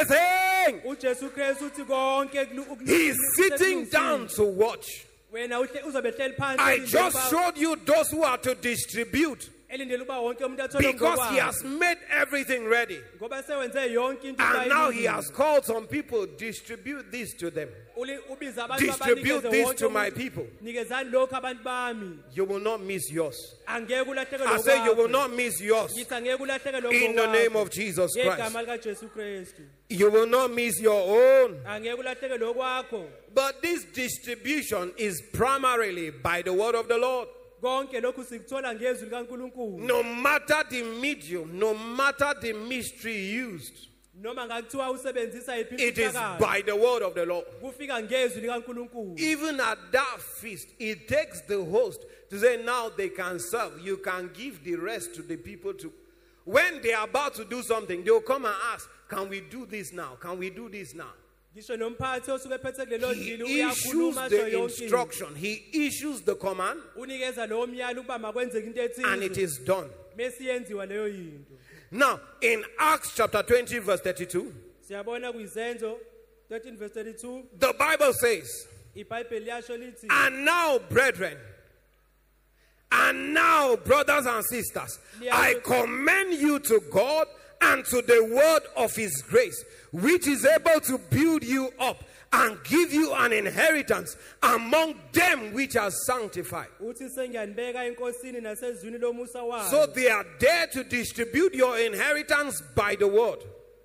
Speaker 2: everything.
Speaker 3: ujesu kristu uthi konke kulu- ukulu-
Speaker 2: He is
Speaker 3: kulu-
Speaker 2: sitting down to watch.
Speaker 3: wena uhle- uzobe hleli phansi
Speaker 2: I
Speaker 3: ulinde
Speaker 2: just
Speaker 3: ukuba-
Speaker 2: showed you those who are to distribute.
Speaker 3: elindele uba wonke umuntu athole
Speaker 2: because he
Speaker 3: ngokwakhe.
Speaker 2: has made everything ready.
Speaker 3: ngoba sewenze yonke into
Speaker 2: And now he
Speaker 3: abayilindile.
Speaker 2: has called some people, distribute this to them.
Speaker 3: Uli- ubiza abantu
Speaker 2: Distribute
Speaker 3: abanikeze
Speaker 2: this
Speaker 3: wonke
Speaker 2: to my
Speaker 3: umuntu.
Speaker 2: people.
Speaker 3: nikezani lokhu abantu bami
Speaker 2: You will not miss yours.
Speaker 3: angeke ulahlekelwe
Speaker 2: I say you will
Speaker 3: ngokwakho.
Speaker 2: not miss yours.
Speaker 3: Ngithi angeke ulahlekelwe
Speaker 2: In the
Speaker 3: ngokwakho.
Speaker 2: name of Jesus Christ.
Speaker 3: ngegama likajesu kristu
Speaker 2: You will not miss your own.
Speaker 3: angeke ulahlekelwe kwakho
Speaker 2: But this distribution is primarily by the word of the Lord.
Speaker 3: konke lokhu sikuthola ngezwi likankulunkulu
Speaker 2: No matter the medium, no matter the mystery used,
Speaker 3: noma ngakuthiwa usebenzisa yiphi
Speaker 2: it is
Speaker 3: imfakazelo,
Speaker 2: by the word of the Lord.
Speaker 3: kufika ngezwi likankulunkulu
Speaker 2: Even at that feast, it takes the host to say, Now they can serve. You can give the rest to the people to. When they are about to do something, they'll come and ask, Can we do this now? Can we do this now?
Speaker 3: ngisho nomphathi osuke ephethe kulelo dili
Speaker 2: He issues
Speaker 3: uyakhuluma atsho
Speaker 2: the
Speaker 3: yonke into.
Speaker 2: instruction, he issues the command,
Speaker 3: unikeza lowo myalo ukuba makwenzeke into
Speaker 2: and it
Speaker 3: ethile
Speaker 2: is done.
Speaker 3: mesiyenziwa leyo yinto
Speaker 2: Now, in Acts chapter 20, verse 32,
Speaker 3: siyabona kuyizenzo 13 verse 32
Speaker 2: the Bible says,
Speaker 3: ibhayibheli liyasho lithi
Speaker 2: And now, brethren, and now, brothers and sisters, I commend you to God and to the word of his grace, which is able to build you up and give you an inheritance among them which are sanctified.
Speaker 3: uthi sengiyanibeka enkosini nasezwini lomusa
Speaker 2: So
Speaker 3: wayo
Speaker 2: they are there to distribute your inheritance by the word.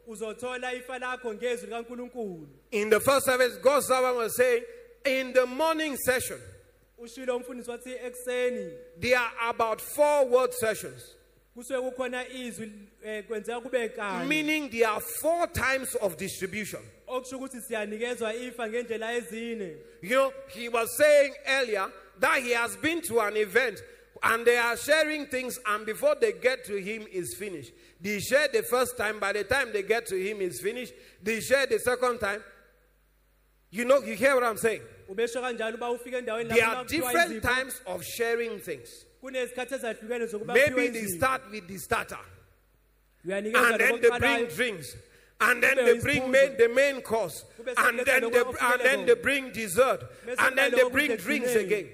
Speaker 3: uzothola ifa lakho ngezwi likankulunkulu
Speaker 2: In the first service, God's servant was saying, in the morning session,
Speaker 3: ushilo umfundisi wathi ekuseni
Speaker 2: there are about four word sessions,
Speaker 3: kusuke kukhona izwi eh, kwenzeka kube kanye
Speaker 2: meaning there are four times of distribution.
Speaker 3: okusho ukuthi siyanikezwa ifa ngendlela ezine
Speaker 2: You know, he was saying earlier that he has been to an event and they are sharing things, and before they get to him, is finished. They share the first time, by the time they get to him, is finished. They share the second time. You know, you hear what I'm saying?
Speaker 3: ubesho kanjalo uba ufike endaweni
Speaker 2: There
Speaker 3: lapho
Speaker 2: are
Speaker 3: nakuthiwa
Speaker 2: different
Speaker 3: izipho.
Speaker 2: times of sharing things.
Speaker 3: kunezikhathi ezahlukene zokuba
Speaker 2: Maybe
Speaker 3: kuphiwe
Speaker 2: they
Speaker 3: izipho.
Speaker 2: start with the starter,
Speaker 3: uyanikezwa
Speaker 2: and then they bring
Speaker 3: lokokuqalayo.
Speaker 2: drinks, and then
Speaker 3: Kube
Speaker 2: they bring main,
Speaker 3: yisiphuzo.
Speaker 2: the main course,
Speaker 3: Kube
Speaker 2: and then they,
Speaker 3: sekuletha
Speaker 2: and then they
Speaker 3: lokho
Speaker 2: bring dessert,
Speaker 3: Bese
Speaker 2: and then
Speaker 3: kuba
Speaker 2: they
Speaker 3: lokho
Speaker 2: bring drinks
Speaker 3: kusekugcineni.
Speaker 2: again.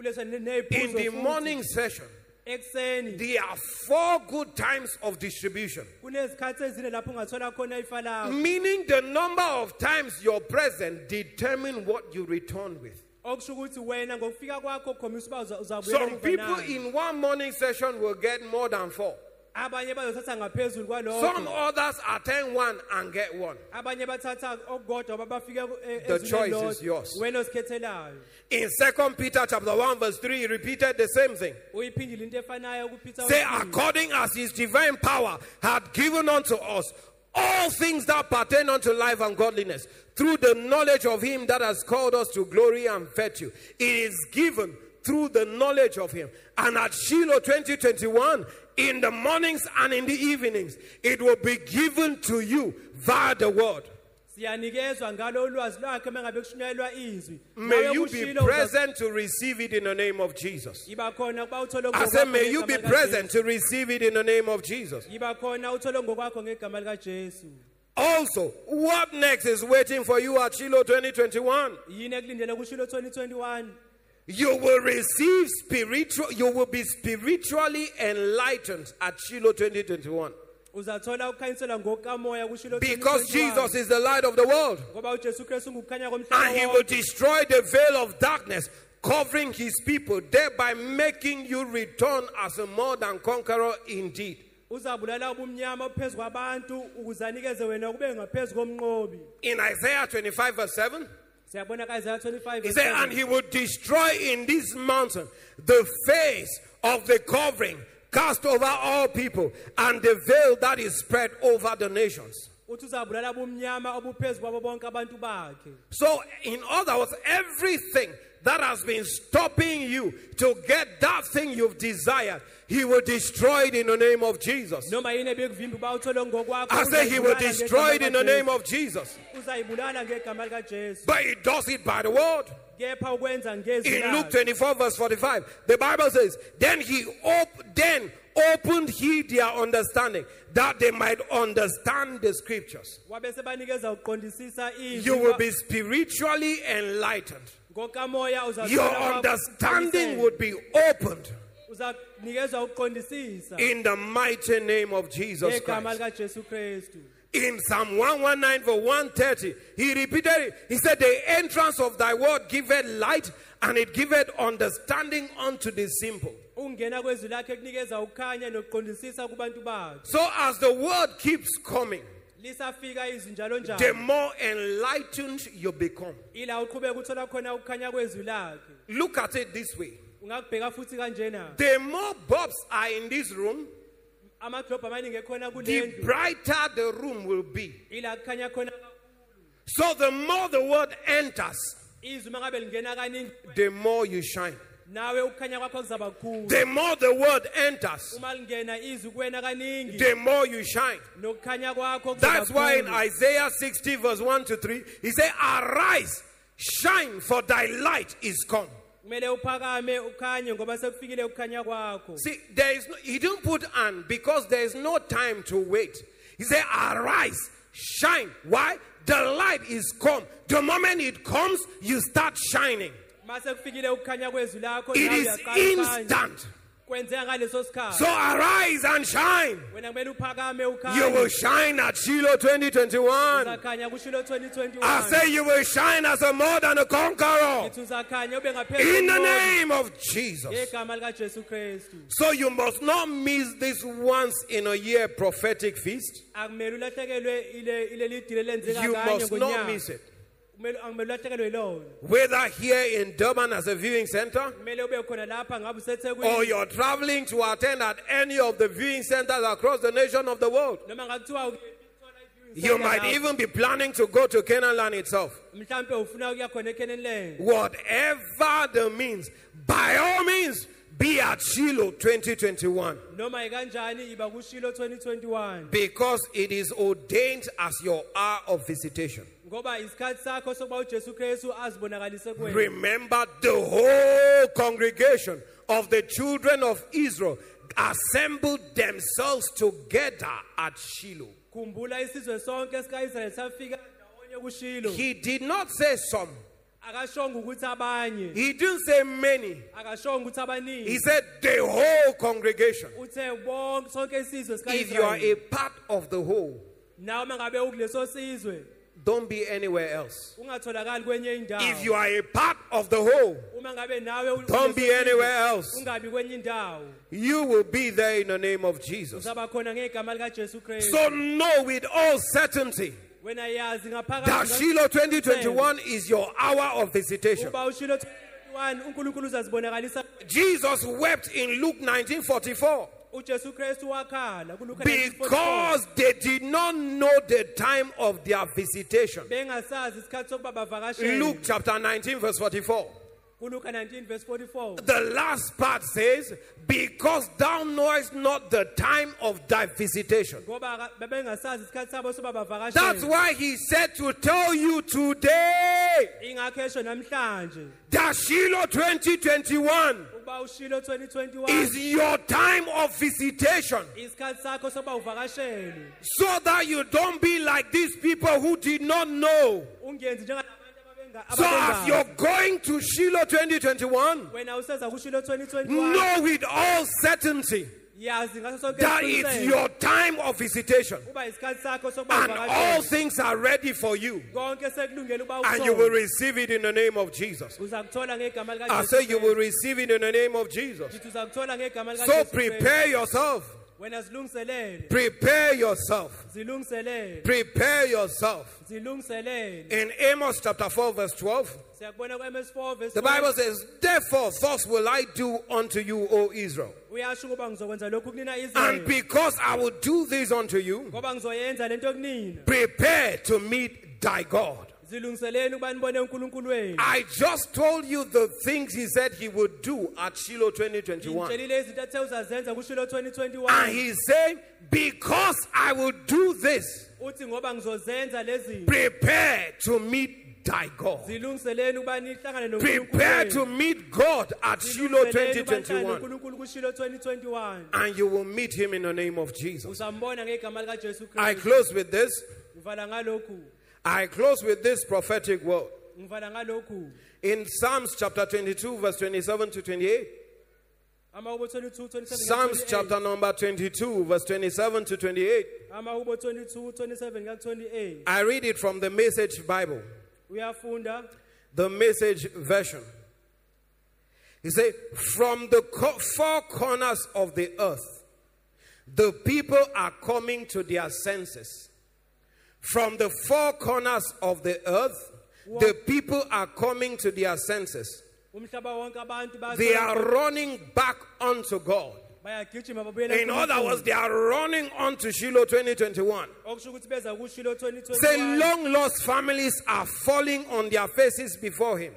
Speaker 3: Ulethwa ne-
Speaker 2: In
Speaker 3: ney'phuzo
Speaker 2: the
Speaker 3: futhi.
Speaker 2: morning session,
Speaker 3: ekuseni
Speaker 2: there are four good times of distribution,
Speaker 3: kunezikhathi ezine lapho ungathola khona ifa lakho
Speaker 2: meaning the number of times you're present determine what you return with.
Speaker 3: okusho ukuthi wena ngokufika kwakho khomisa uba uza- uzabuyela
Speaker 2: Some
Speaker 3: emva
Speaker 2: people
Speaker 3: nayo.
Speaker 2: in one morning session will get more than four.
Speaker 3: abanye bazothatha ngaphezulu
Speaker 2: Some
Speaker 3: kwalokho
Speaker 2: others attend one and get one.
Speaker 3: abanye bathatha okukodwa uba bafike ku- e-
Speaker 2: The
Speaker 3: ezwini
Speaker 2: choice
Speaker 3: elilodwa.
Speaker 2: is yours.
Speaker 3: wena ozikhethelayo
Speaker 2: In Second Peter chapter 1, verse 3, he repeated the same thing.
Speaker 3: uyiphindile into efanayo kupeter
Speaker 2: Say,
Speaker 3: wathi,
Speaker 2: according as his divine power had given unto us all things that pertain unto life and godliness, through the knowledge of him that has called us to glory and virtue. It is given through the knowledge of him. And at Shiloh 2021, in the mornings and in the evenings, it will be given to you via the word.
Speaker 3: siyanikezwa ngalo ulwazi lwakhe uma ngabe kushunyelwa izwi
Speaker 2: May
Speaker 3: Nawe
Speaker 2: you be
Speaker 3: kushilo uza-
Speaker 2: present to receive it in the name of Jesus.
Speaker 3: yiba khona ukuba uthole
Speaker 2: I
Speaker 3: ngokwakho
Speaker 2: say, may you be
Speaker 3: ngegama
Speaker 2: present to receive it in the name of Jesus.
Speaker 3: likaJesu. yiba khona uthole ngokwakho ngegama likajesu
Speaker 2: Also, what next is waiting for you at Shiloh 2021?
Speaker 3: yini ekulindele kushilo 2021
Speaker 2: You will receive spiritual, you will be spiritually enlightened at Shiloh 2021.
Speaker 3: uzathola ukukhanyiselwa ngokukamoya kushilo
Speaker 2: Because
Speaker 3: 2021.
Speaker 2: Jesus is the light of the world.
Speaker 3: ngoba ujesu kristu ngukukhanya
Speaker 2: And he
Speaker 3: komhlaba
Speaker 2: will
Speaker 3: wonke.
Speaker 2: destroy the veil of darkness covering his people, thereby making you return as a more than conqueror indeed.
Speaker 3: uzabulala ubumnyama phezu kwabantu ukuze anikeze wena kube ngaphezu komnqobi
Speaker 2: In Isaiah 25, verse 7.
Speaker 3: siyabona kaisaya 25
Speaker 2: He
Speaker 3: verse
Speaker 2: said, and
Speaker 3: 7.
Speaker 2: he will destroy in this mountain the face of the covering cast over all people and the veil that is spread over the nations.
Speaker 3: uthi uzabulala ubumnyama obuphezu kwabo bonke abantu bakhe
Speaker 2: So, in other words, everything that has been stopping you to get that thing you've desired, he will destroy it in the name of Jesus.
Speaker 3: noma yini ebekuvimba uba uthole ngokwakho
Speaker 2: I say he will
Speaker 3: uzayibulala
Speaker 2: destroy it in the
Speaker 3: ngegama
Speaker 2: name of Jesus.
Speaker 3: likaJesu. uzayibulala ngegama likajesu
Speaker 2: But he does it by the word.
Speaker 3: kepha ukwenza ngezwi
Speaker 2: In Luke
Speaker 3: lakhe.
Speaker 2: 24, verse 45, the Bible says, Then he op- then opened he their understanding that they might understand the scriptures.
Speaker 3: wabese banikeza ukuqondisisa izwi
Speaker 2: You will
Speaker 3: ba-
Speaker 2: be spiritually enlightened.
Speaker 3: ngokamoya
Speaker 2: Your
Speaker 3: uzathola
Speaker 2: understanding would be opened.
Speaker 3: uzanikezwa ukuqondisisa
Speaker 2: in the mighty name of Jesus
Speaker 3: ngegama
Speaker 2: Christ.
Speaker 3: likajesu kristu
Speaker 2: In Psalm 119 verse 130, he repeated it. He said, The entrance of thy word giveth light, and it giveth understanding unto the simple.
Speaker 3: ukungena kwezwi lakhe kunikeza ukukhanya nokuqondisisa kubantu bakhe
Speaker 2: So as the word keeps coming,
Speaker 3: lisafika izwi njalo
Speaker 2: the
Speaker 3: njalo
Speaker 2: more enlightened you become.
Speaker 3: ila uqhubeka uthola khona ukukhanya kwezwi lakhe
Speaker 2: Look at it this way.
Speaker 3: ungakubheka futhi kanjena
Speaker 2: The more bulbs are in this room,
Speaker 3: amadlobho amaningi ekhona
Speaker 2: the
Speaker 3: kulendlu
Speaker 2: brighter the room will be.
Speaker 3: ila kukhanya khona kakhulu.
Speaker 2: So the more the word enters,
Speaker 3: izwi uma ngabe lingena kaningi
Speaker 2: the more you shine.
Speaker 3: nawe ukukhanya kwakho kuzaba kukhulu
Speaker 2: The more the word enters,
Speaker 3: uma lingena izwi kuwena kaningi
Speaker 2: the more you shine.
Speaker 3: nokukhanya kwakho kuzoba
Speaker 2: That's why in
Speaker 3: kukhulu.
Speaker 2: Isaiah 60, verse 1 to 3, he said, Arise, shine, for thy light is come.
Speaker 3: kumele uphakame ukhanye ngoba sekufikile ukukhanya kwakho
Speaker 2: See, there is no, he didn't put an because there is no time to wait. He said, Arise, shine. Why? The light is come. The moment it comes, you start shining.
Speaker 3: uma sekufikile ukukhanya kwezwi lakho
Speaker 2: It
Speaker 3: nawe
Speaker 2: is
Speaker 3: uyaqala ukukhanya.
Speaker 2: instant.
Speaker 3: kwenzeka ngaleso
Speaker 2: So
Speaker 3: sikhathi
Speaker 2: arise and shine.
Speaker 3: wena kumele uphakame
Speaker 2: You will
Speaker 3: ukhanye
Speaker 2: shine at Shiloh 2021.
Speaker 3: uzakhanya kushilo
Speaker 2: I
Speaker 3: 2021
Speaker 2: say you will shine as a more than a conqueror.
Speaker 3: ngithi uzakhanya ube
Speaker 2: In the
Speaker 3: ngaphezulu
Speaker 2: name of Jesus.
Speaker 3: ngegama likajesu kristu
Speaker 2: So you must not miss this once in a year prophetic feast.
Speaker 3: akumele ulahlekelwe ile ileli dile lenzeka
Speaker 2: You
Speaker 3: kanye
Speaker 2: must not miss
Speaker 3: ngonyaka
Speaker 2: it.
Speaker 3: kumele akumele ulahlekelwe yilona
Speaker 2: Whether here in Durban as a viewing center
Speaker 3: kumele ube khona lapha ngabe
Speaker 2: or
Speaker 3: usethekwini
Speaker 2: you're traveling to attend at any of the viewing centers across the nation of the world.
Speaker 3: noma ngakuthiwa uke-
Speaker 2: You might even be planning to go to Canaan land itself.
Speaker 3: mhlambe ufuna ukuya khona eKenyan Land
Speaker 2: Whatever the means, by all means, be at Shiloh 2021
Speaker 3: noma ikanjani iba kushilo 2021
Speaker 2: because it is ordained as your hour of visitation.
Speaker 3: ngoba isikhathi sakho sokuba uJesu Kristu azibonakalise kuwena
Speaker 2: Remember the whole congregation of the children of Israel assembled themselves together at Shiloh.
Speaker 3: khumbula isizwe sonke sikaIsrael safika ndawonye kushilo
Speaker 2: He did not say some,
Speaker 3: akashonga ukuthi abanye
Speaker 2: he didn't say many.
Speaker 3: akashonga ukuthi
Speaker 2: He
Speaker 3: abaningi
Speaker 2: said the whole congregation.
Speaker 3: uthe bonke sonke isizwe
Speaker 2: If you are
Speaker 3: sikaIsrael
Speaker 2: a part of the whole,
Speaker 3: nawe mangabe ukuleso sizwe
Speaker 2: don't be anywhere else.
Speaker 3: ungatholakali kwenye
Speaker 2: If you
Speaker 3: indawo
Speaker 2: are a part of the whole,
Speaker 3: uma ngabe nawe u-
Speaker 2: Don't be
Speaker 3: uleso sizwe,
Speaker 2: anywhere else.
Speaker 3: ungabi kwenye indawo
Speaker 2: you will be there in the name of Jesus.
Speaker 3: uzaba khona ngegama likaJesu Kristu
Speaker 2: So know with all certainty
Speaker 3: wena yazi
Speaker 2: that
Speaker 3: ngaphakathi
Speaker 2: Shiloh 2021 is your hour of visitation.
Speaker 3: uba ushilo 21 uNkulunkulu uzazibonakalisa
Speaker 2: Jesus wept in Luke 1944
Speaker 3: uJesu Kristu wakhala kuLuka 19:44.
Speaker 2: because they did not know the time of their visitation.
Speaker 3: bengasazi isikhathi sokuba
Speaker 2: Luke
Speaker 3: bavakashele
Speaker 2: chapter 19 verse 44.
Speaker 3: kuLuka 19 verse 44
Speaker 2: The last part says, because thou knowest not the time of thy visitation.
Speaker 3: ngoba aka- bebengasazi isikhathi sabo soba
Speaker 2: That's
Speaker 3: bavakashele
Speaker 2: why he said to tell you today
Speaker 3: ingakhesho namhlanje
Speaker 2: that Shiloh 2021
Speaker 3: uba ushilo 2021
Speaker 2: is your time of visitation
Speaker 3: isikhathi sakho sokuba uvakashele
Speaker 2: so that you don't be like these people who did not know.
Speaker 3: ungenzi njengalabantu ababenga-
Speaker 2: So as
Speaker 3: ababengazi.
Speaker 2: you're going to Shiloh 2021,
Speaker 3: wena useza kushilo 2021
Speaker 2: know with all certainty
Speaker 3: yazi ngaso sonke
Speaker 2: that
Speaker 3: isiqiniseko
Speaker 2: it's your time of visitation.
Speaker 3: uba isikhathi sakho sokuba
Speaker 2: And all
Speaker 3: uvakashele
Speaker 2: things are ready for you.
Speaker 3: konke sekulungele uba
Speaker 2: And you will
Speaker 3: usole.
Speaker 2: receive it in the name of Jesus.
Speaker 3: uzakuthola ngegama
Speaker 2: I
Speaker 3: likaJesu
Speaker 2: say you will
Speaker 3: Kristu.
Speaker 2: receive it in the name of Jesus.
Speaker 3: Ngithi uzakuthola ngegama
Speaker 2: So
Speaker 3: likaJesu Kristu.
Speaker 2: prepare yourself.
Speaker 3: wena zilungiselele
Speaker 2: Prepare yourself.
Speaker 3: zilungiselele
Speaker 2: Prepare yourself.
Speaker 3: zilungiselele
Speaker 2: In Amos chapter 4, verse 12,
Speaker 3: siyakubona kuMs 4 verse
Speaker 2: the Bible says, Therefore, thus will I do unto you, O Israel.
Speaker 3: uyasho ukuba ngizokwenza lokhu kunina
Speaker 2: And
Speaker 3: Israel
Speaker 2: because I will do this unto you,
Speaker 3: ngoba ngizoyenza lento kunina
Speaker 2: prepare to meet thy God.
Speaker 3: zilungiseleni ukuba nibone uNkulunkulu wenu
Speaker 2: I just told you the things he said he would do at Shiloh 2021.
Speaker 3: ngitshelile izinto athe uzazenza kushilo
Speaker 2: And
Speaker 3: 2021
Speaker 2: he's saying, Because I will do this,
Speaker 3: uthi ngoba ngizozenza lezi
Speaker 2: prepare to meet thy God.
Speaker 3: zilungiseleni ukuba nihlangane noNkulunkulu
Speaker 2: Prepare to
Speaker 3: wenu.
Speaker 2: meet God at Shiloh
Speaker 3: Zilungiseleni ukuba
Speaker 2: 2021.
Speaker 3: nihlangane noNkulunkulu kushilo 2021
Speaker 2: And you will meet him in the name of Jesus.
Speaker 3: uzambona ngegama likaJesu
Speaker 2: I
Speaker 3: Kristu
Speaker 2: close with this.
Speaker 3: ngivala ngalokhu
Speaker 2: I close with this prophetic word.
Speaker 3: ngivala ngalokhu
Speaker 2: In Psalms chapter 22, verse 27 to 28,
Speaker 3: amahubo 22 27
Speaker 2: Psalms
Speaker 3: ka-28.
Speaker 2: chapter number 22, verse 27 to 28.
Speaker 3: amahubo 22 27 ka-28
Speaker 2: I read it from the Message Bible,
Speaker 3: uyafunda
Speaker 2: the Message version. He said, From the co- four corners of the earth, the people are coming to their senses. From the four corners of the earth, the people are coming to their senses.
Speaker 3: umhlaba wonke abantu bayaso-
Speaker 2: They are running back unto God.
Speaker 3: bayagijima babuyela
Speaker 2: In other words, they are running onto Shiloh 2021.
Speaker 3: okusho ukuthi beza kushilo
Speaker 2: Say
Speaker 3: 2021
Speaker 2: long lost families are falling on their faces before him.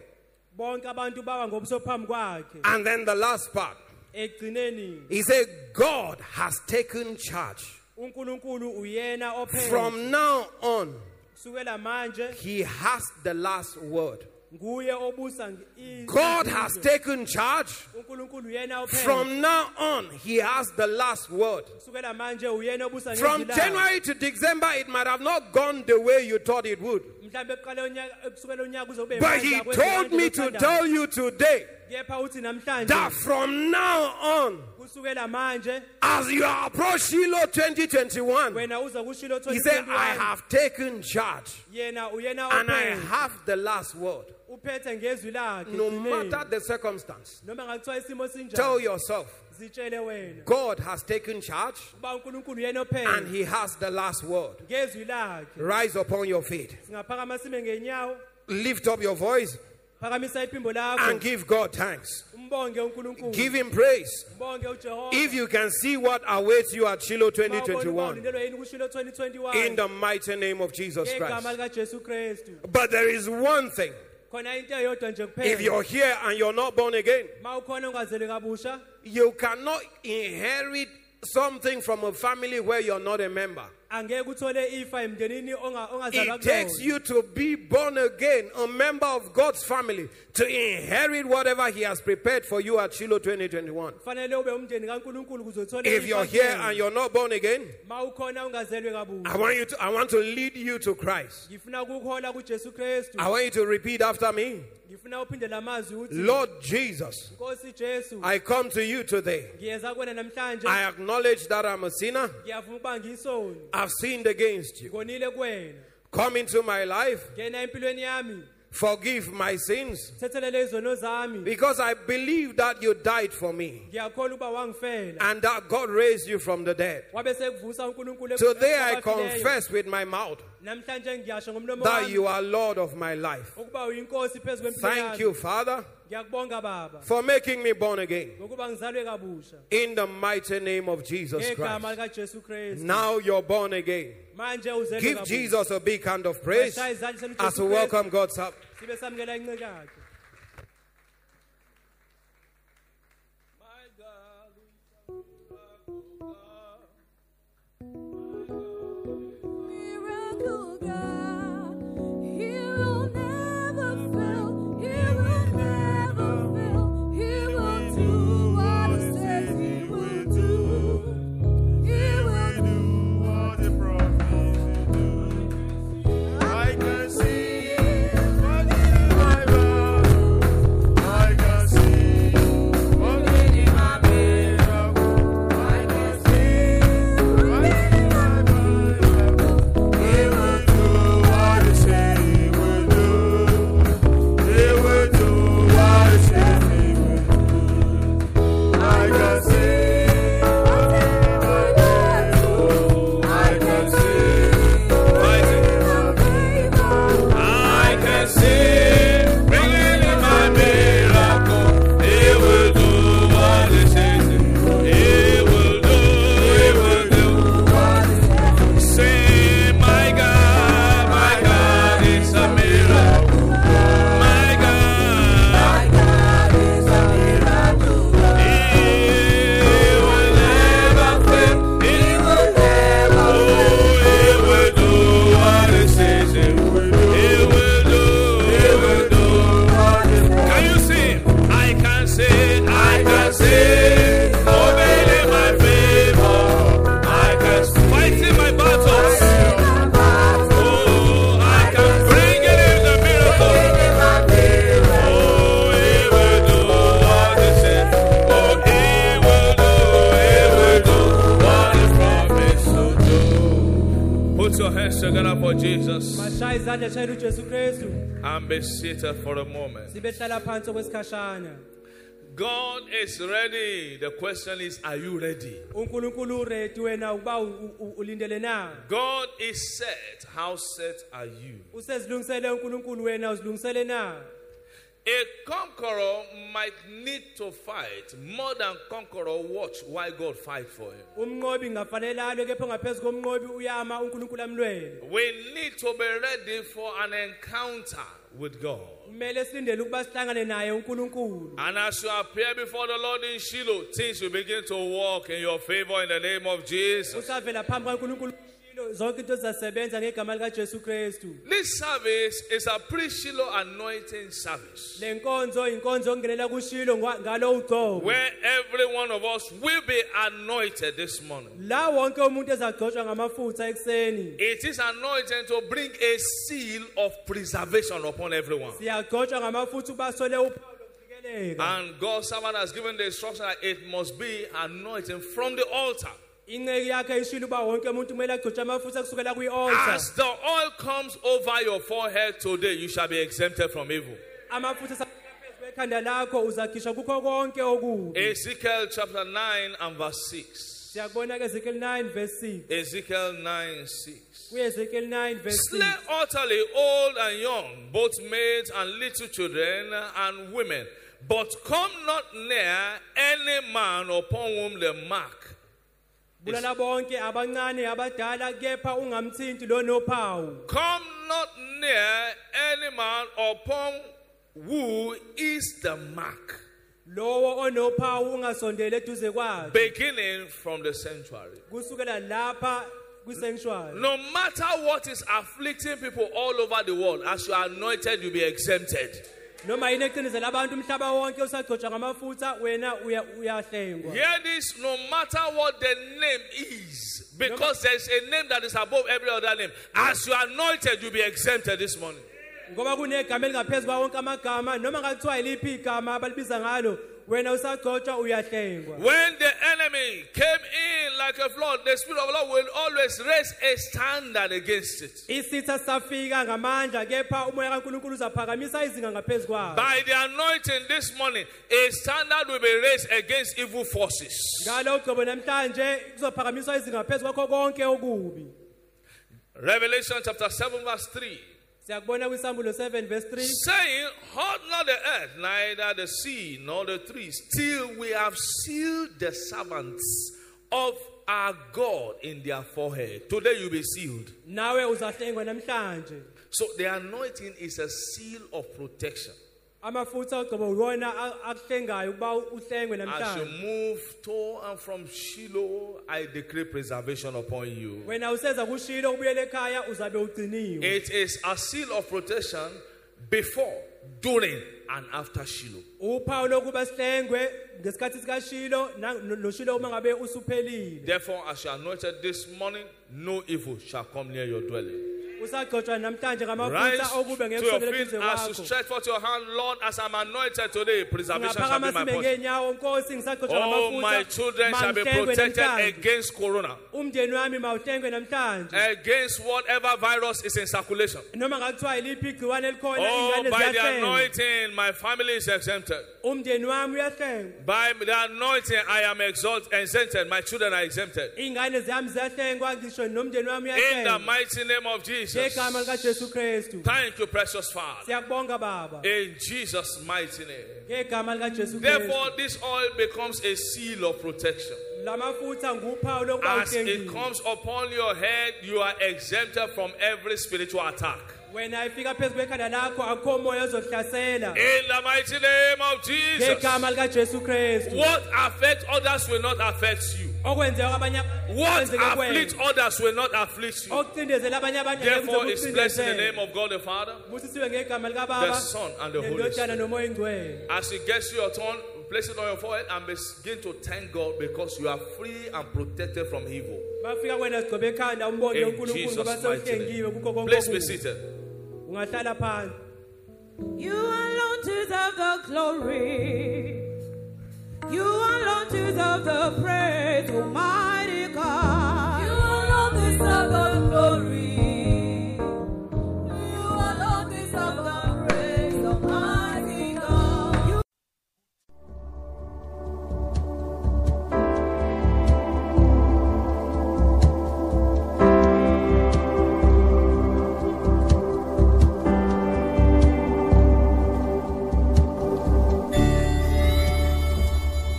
Speaker 3: bonke abantu bawa ngobuso phambi kwakhe
Speaker 2: And then the last part.
Speaker 3: ekugcineni
Speaker 2: He said, God has taken charge.
Speaker 3: unkulunkulu uyena ophe
Speaker 2: From now on,
Speaker 3: kusukela manje
Speaker 2: he has the last word.
Speaker 3: nguye obusa nge- i-
Speaker 2: God
Speaker 3: izizwe.
Speaker 2: has taken charge.
Speaker 3: unkulunkulu uyena ophe
Speaker 2: From now on, he has the last word.
Speaker 3: kusukela manje uyena obusa
Speaker 2: From
Speaker 3: ngezwi lakhe.
Speaker 2: January to December, it might have not gone the way you thought it would.
Speaker 3: mhlawumbe ekuqaleni unyaka- kusukela unyaka uzobe
Speaker 2: But he
Speaker 3: manje,
Speaker 2: told me to
Speaker 3: akwenze
Speaker 2: tell you today
Speaker 3: kepha uthi namhlanje
Speaker 2: that from now on,
Speaker 3: kusukela manje
Speaker 2: as you approach Shiloh 2021,
Speaker 3: wena uza kushilo
Speaker 2: He said,
Speaker 3: 2021.
Speaker 2: I have taken charge
Speaker 3: yena uyena
Speaker 2: and I
Speaker 3: ophe
Speaker 2: have the last word.
Speaker 3: uphethe ngezwi lakhe
Speaker 2: No
Speaker 3: ekugcineni.
Speaker 2: matter the circumstance,
Speaker 3: noma ngakuthiwa isimo sinjani
Speaker 2: tell yourself,
Speaker 3: zitshele wena
Speaker 2: God has taken charge
Speaker 3: uba unkulunkulu yena
Speaker 2: and
Speaker 3: ophenye
Speaker 2: He has the last word.
Speaker 3: ngezwi lakhe
Speaker 2: Rise upon your feet,
Speaker 3: singaphakama sime ngenyawo
Speaker 2: lift up your voice,
Speaker 3: phakamisa iphimbo
Speaker 2: and
Speaker 3: lakho
Speaker 2: give God thanks.
Speaker 3: umbonge unkulunkulu
Speaker 2: Give Him praise.
Speaker 3: umbonge ujehova
Speaker 2: If you can see what awaits you at Shiloh
Speaker 3: Uma ubona uba
Speaker 2: 2021,
Speaker 3: ulindelwe yini kushilo
Speaker 2: in
Speaker 3: 2021
Speaker 2: the mighty name of Jesus
Speaker 3: ngegama
Speaker 2: Christ.
Speaker 3: likajesu kristu
Speaker 2: But there is one thing
Speaker 3: khona into eyodwa nje
Speaker 2: if
Speaker 3: kuphela
Speaker 2: you're here and you're not born again,
Speaker 3: ma ukhona ungazele kabusha
Speaker 2: You cannot inherit something from a family where you're not a member.
Speaker 3: angeke uthole ifa emndenini onga- ongazalwa
Speaker 2: It takes
Speaker 3: kuyona
Speaker 2: you to be born again, a member of God's family, to inherit whatever He has prepared for you at Shiloh 2021.
Speaker 3: kufanele ube umndeni kankulunkulu ukuze uthole
Speaker 2: If
Speaker 3: ifa
Speaker 2: you're here
Speaker 3: kuyena.
Speaker 2: and you're not born again,
Speaker 3: ma ukhona ungazelwe
Speaker 2: I
Speaker 3: kabusha
Speaker 2: want you to, I want to lead you to Christ.
Speaker 3: ngifuna ukuhola kujesu kristu
Speaker 2: I want you to repeat after me.
Speaker 3: ngifuna uphinde la mazwi uthi
Speaker 2: Lord Jesus,
Speaker 3: nkosi jesu
Speaker 2: I come to you today.
Speaker 3: ngiyeza kuwena namhlanje
Speaker 2: I acknowledge that I'm a sinner.
Speaker 3: ngiyavuma uba ngiyisoni
Speaker 2: I've sinned against you.
Speaker 3: ngonile kuwena
Speaker 2: Come into my life.
Speaker 3: ngena empilweni yami
Speaker 2: Forgive my sins.
Speaker 3: thethelele izono zami
Speaker 2: Because I believe that you died for me
Speaker 3: ngiyakholwa uba wangifela
Speaker 2: and that God raised you from the dead.
Speaker 3: wabe sekuvusa unkulunkulu
Speaker 2: Today I
Speaker 3: abafileyo.
Speaker 2: confess with my mouth
Speaker 3: namhlanje ngiyasho ngomlomo
Speaker 2: that
Speaker 3: wami
Speaker 2: you are Lord of my life.
Speaker 3: ukuba uyinkosi phezu kwempilo
Speaker 2: Thank
Speaker 3: yami
Speaker 2: you, Father,
Speaker 3: ngiyakubonga baba
Speaker 2: for making me born again
Speaker 3: ngokuba ngizalwe kabusha
Speaker 2: in the mighty name of Jesus
Speaker 3: ngegama
Speaker 2: Christ.
Speaker 3: likajesu kristu
Speaker 2: Now you're born again.
Speaker 3: manje uzelwe
Speaker 2: Give
Speaker 3: kabusha.
Speaker 2: Jesus a big hand of praise
Speaker 3: Bashaya izandla zenu
Speaker 2: as
Speaker 3: Jesu
Speaker 2: we
Speaker 3: Christ.
Speaker 2: welcome God's up.
Speaker 3: sibe samukela inceke yakhe
Speaker 4: Miracle God, He will never fail. He will never fail. He will do what He says He will do. He will do.
Speaker 5: I can see what in my eyes. Oh, Oh, Oh,
Speaker 3: siphakama izandla shayela ujesu kristu
Speaker 5: and be seated for a moment.
Speaker 3: sibe hlala phansi okwesikhashana
Speaker 5: God is ready. The question is, are you ready?
Speaker 3: unkulunkulu uredi wena ukuba u- u- ulindele na
Speaker 5: God is set. How set are you?
Speaker 3: usezilungisele unkulunkulu wena uzilungisele na
Speaker 5: A conqueror might need to fight more than conqueror. Watch why God fight for him.
Speaker 3: umnqobi ngafanele alwe kepha ngaphezu komnqobi uyama unkulunkulu amlwele
Speaker 5: We need to be ready for an encounter with God.
Speaker 3: kumele silindele ukuba sihlangane naye unkulunkulu
Speaker 5: And as you appear before the Lord in Shiloh, things will begin to work in your favor in the name of Jesus.
Speaker 3: usavela phambi kankulunkulu ushilo, zonke into zizasebenza ngegama likajesu kristu
Speaker 5: This service is a pre Shiloh anointing service
Speaker 3: le nkonzo yinkonzo yokungenela kushilo ngwa- ngalo ugcobo
Speaker 5: where every one of us will be anointed this morning.
Speaker 3: la wonke umuntu ezagcotshwa ngamafutha ekuseni
Speaker 5: It is anointing to bring a seal of preservation upon everyone.
Speaker 3: siyagcotshwa ngamafutha ukuba sole uphawu lokuvikeleka
Speaker 5: And God's servant has given the instruction that it must be anointing from the altar.
Speaker 3: inceki yakhe ishilo uba wonke umuntu kumele agcotshwe amafutha kusukela
Speaker 5: As
Speaker 3: kwi-alta
Speaker 5: the oil comes over your forehead today, you shall be exempted from evil.
Speaker 3: amafutha esafika phezu kwekhanda lakho uzakhishwa kukho konke okubi
Speaker 5: Ezekiel chapter 9 and verse 6.
Speaker 3: siyakubona ke ezekeli 9 verse 6
Speaker 5: Ezekiel 9 6.
Speaker 3: kuyezekeli 9 verse
Speaker 5: Slay
Speaker 3: 6
Speaker 5: utterly old and young, both maids and little children and women, but come not near any man upon whom the mark.
Speaker 3: bulala bonke abancane abadala kepha ungamthinti lo nophawu
Speaker 5: Come not near any man upon who is the mark,
Speaker 3: lowo onophawu ungasondela eduze kwakhe
Speaker 5: beginning from the sanctuary.
Speaker 3: kusukela lapha kwisanctuary
Speaker 5: No matter what is afflicting people all over the world, as you are anointed, you'll be exempted.
Speaker 3: noma yini ecinezela abantu umhlaba wonke usagcotshwa ngamafutha wena uya- uyahlengwa
Speaker 5: Hear this no matter what the name is, because there's a name that is above every other name. As you are anointed, you'll be exempted this morning.
Speaker 3: ngoba kunegama elingaphezu kwa wonke amagama noma ngathiwa yiliphi igama abalibiza ngalo wena usagcotshwa uyahlengwa
Speaker 5: When the enemy came in like a flood, the Spirit of the Lord will always raise a standard against it.
Speaker 3: isitha safika ngamandla kepha umoya kankulunkulu uzaphakamisa izinga ngaphezu kwawo
Speaker 5: By the anointing this morning, a standard will be raised against evil forces.
Speaker 3: ngalo ugcobo namhlanje kuzophakamiswa izinga ngaphezu kwakho konke okubi
Speaker 5: Revelation chapter 7, verse 3.
Speaker 3: siyakubona kwisambulo 7 verse 3
Speaker 5: Saying, Hurt not the earth, neither the sea, nor the trees, till we have sealed the servants of our God in their forehead. Today you'll be sealed.
Speaker 3: nawe uzahlengwa namhlanje
Speaker 5: So the anointing is a seal of protection.
Speaker 3: amafutha ogcobo uwona a- akuhlengayo ukuba uhlengwe
Speaker 5: As you
Speaker 3: namhlanje
Speaker 5: move to and from Shiloh, I decree preservation upon you.
Speaker 3: wena useza kushilo ubuyele ekhaya uzabe ugciniwe
Speaker 5: It is a seal of protection before, during, and after Shiloh.
Speaker 3: uphawu lokuba sihlengwe ngesikhathi sikashilo na- no- noshilo uma ngabe usuphelile
Speaker 5: Therefore, as you are anointed this morning, no evil shall come near your dwelling.
Speaker 3: usagcotshwa namhlanje
Speaker 5: Rise
Speaker 3: ngamafutha okube
Speaker 5: to your
Speaker 3: ngekusondela
Speaker 5: feet
Speaker 3: duze
Speaker 5: as you
Speaker 3: kwakho
Speaker 5: stretch forth your hand, Lord, as I'm anointed today, preservation shall be
Speaker 3: ungaphakama
Speaker 5: my
Speaker 3: sime
Speaker 5: portion.
Speaker 3: ngeenyawo nkosi ngisagcotshwa
Speaker 5: All my children shall be
Speaker 3: mangihlengwe
Speaker 5: protected
Speaker 3: namhlanje
Speaker 5: against corona,
Speaker 3: umndeni wami mawuhlengwe
Speaker 5: Eh.
Speaker 3: namhlanje
Speaker 5: against whatever virus is in circulation.
Speaker 3: noma ngathiwa yiliphi igciwane elikhona
Speaker 5: Oh,
Speaker 3: ingane
Speaker 5: by the
Speaker 3: ziyahlengwa
Speaker 5: anointing, my family is exempted.
Speaker 3: umndeni wami uyahlengwa
Speaker 5: By the anointing, I am exalted, exempted. My children are exempted.
Speaker 3: ingane zami ziyahlengwa ngisho nomndeni wami
Speaker 5: In the
Speaker 3: uyahlengwa
Speaker 5: mighty name of Jesus.
Speaker 3: ngegama likajesu kristu
Speaker 5: Thank you, precious Father.
Speaker 3: siyakubonga baba
Speaker 5: In Jesus' mighty name.
Speaker 3: ngegama likajesu kristu
Speaker 5: Therefore, this oil becomes a seal of protection.
Speaker 3: la mafutha nguphawu lokuba
Speaker 5: As it
Speaker 3: uhlengile
Speaker 5: comes upon your head, you are exempted from every spiritual attack.
Speaker 3: wena ifika phezu kwekhanda lakho akho moya ozokuhlasela
Speaker 5: In the mighty name of Eh, Jesus.
Speaker 3: ngegama likajesu kristu
Speaker 5: What affects others will not affect you.
Speaker 3: okwenzeka kwabanye abantu
Speaker 5: What
Speaker 3: kwenzeke
Speaker 5: afflicts
Speaker 3: kwena.
Speaker 5: others will not afflict you.
Speaker 3: okucindezela abanye abantu
Speaker 5: Therefore, it's blessed in the name of God the Father,
Speaker 3: busisiwe ngegama
Speaker 5: the
Speaker 3: likababa
Speaker 5: Son, and the Holy
Speaker 3: nendodana
Speaker 5: Spirit.
Speaker 3: nomoya ingcwele
Speaker 5: As it gets to your turn, place it on your forehead and begin to thank God because you are free and protected from evil.
Speaker 3: bafika kwena sigcobe ekhanda umbono
Speaker 5: In
Speaker 3: yonkulunkulu ngoba
Speaker 5: Jesus' mighty
Speaker 3: sewuhlengiwe kukho
Speaker 5: name.
Speaker 3: konke
Speaker 5: Please be
Speaker 3: okubi.
Speaker 5: seated.
Speaker 3: ungahlala phansi
Speaker 4: You alone deserve the glory. You alone deserve the praise, Almighty God. You alone deserve the glory.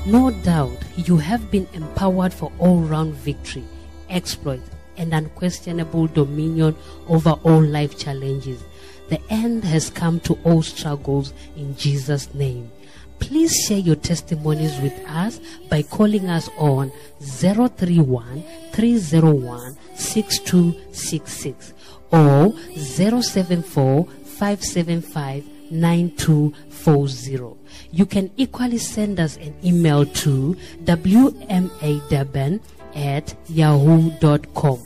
Speaker 1: No doubt you have been empowered for all round victory, exploit, and unquestionable dominion over all life challenges. The end has come to all struggles in Jesus' name. Please share your testimonies with us by calling us on 031 301 6266 or 074 575 9240. You can equally send us an email to wmadeben at yahoo.com.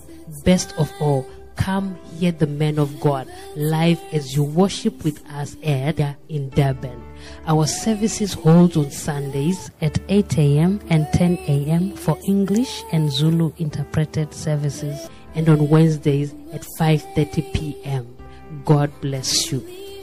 Speaker 1: Best of all, come hear the man of God live as you worship with us at in Durban. Our services hold on Sundays at 8 a.m. and 10 a.m. for English and Zulu interpreted services and on Wednesdays at 5:30 p.m. God bless you.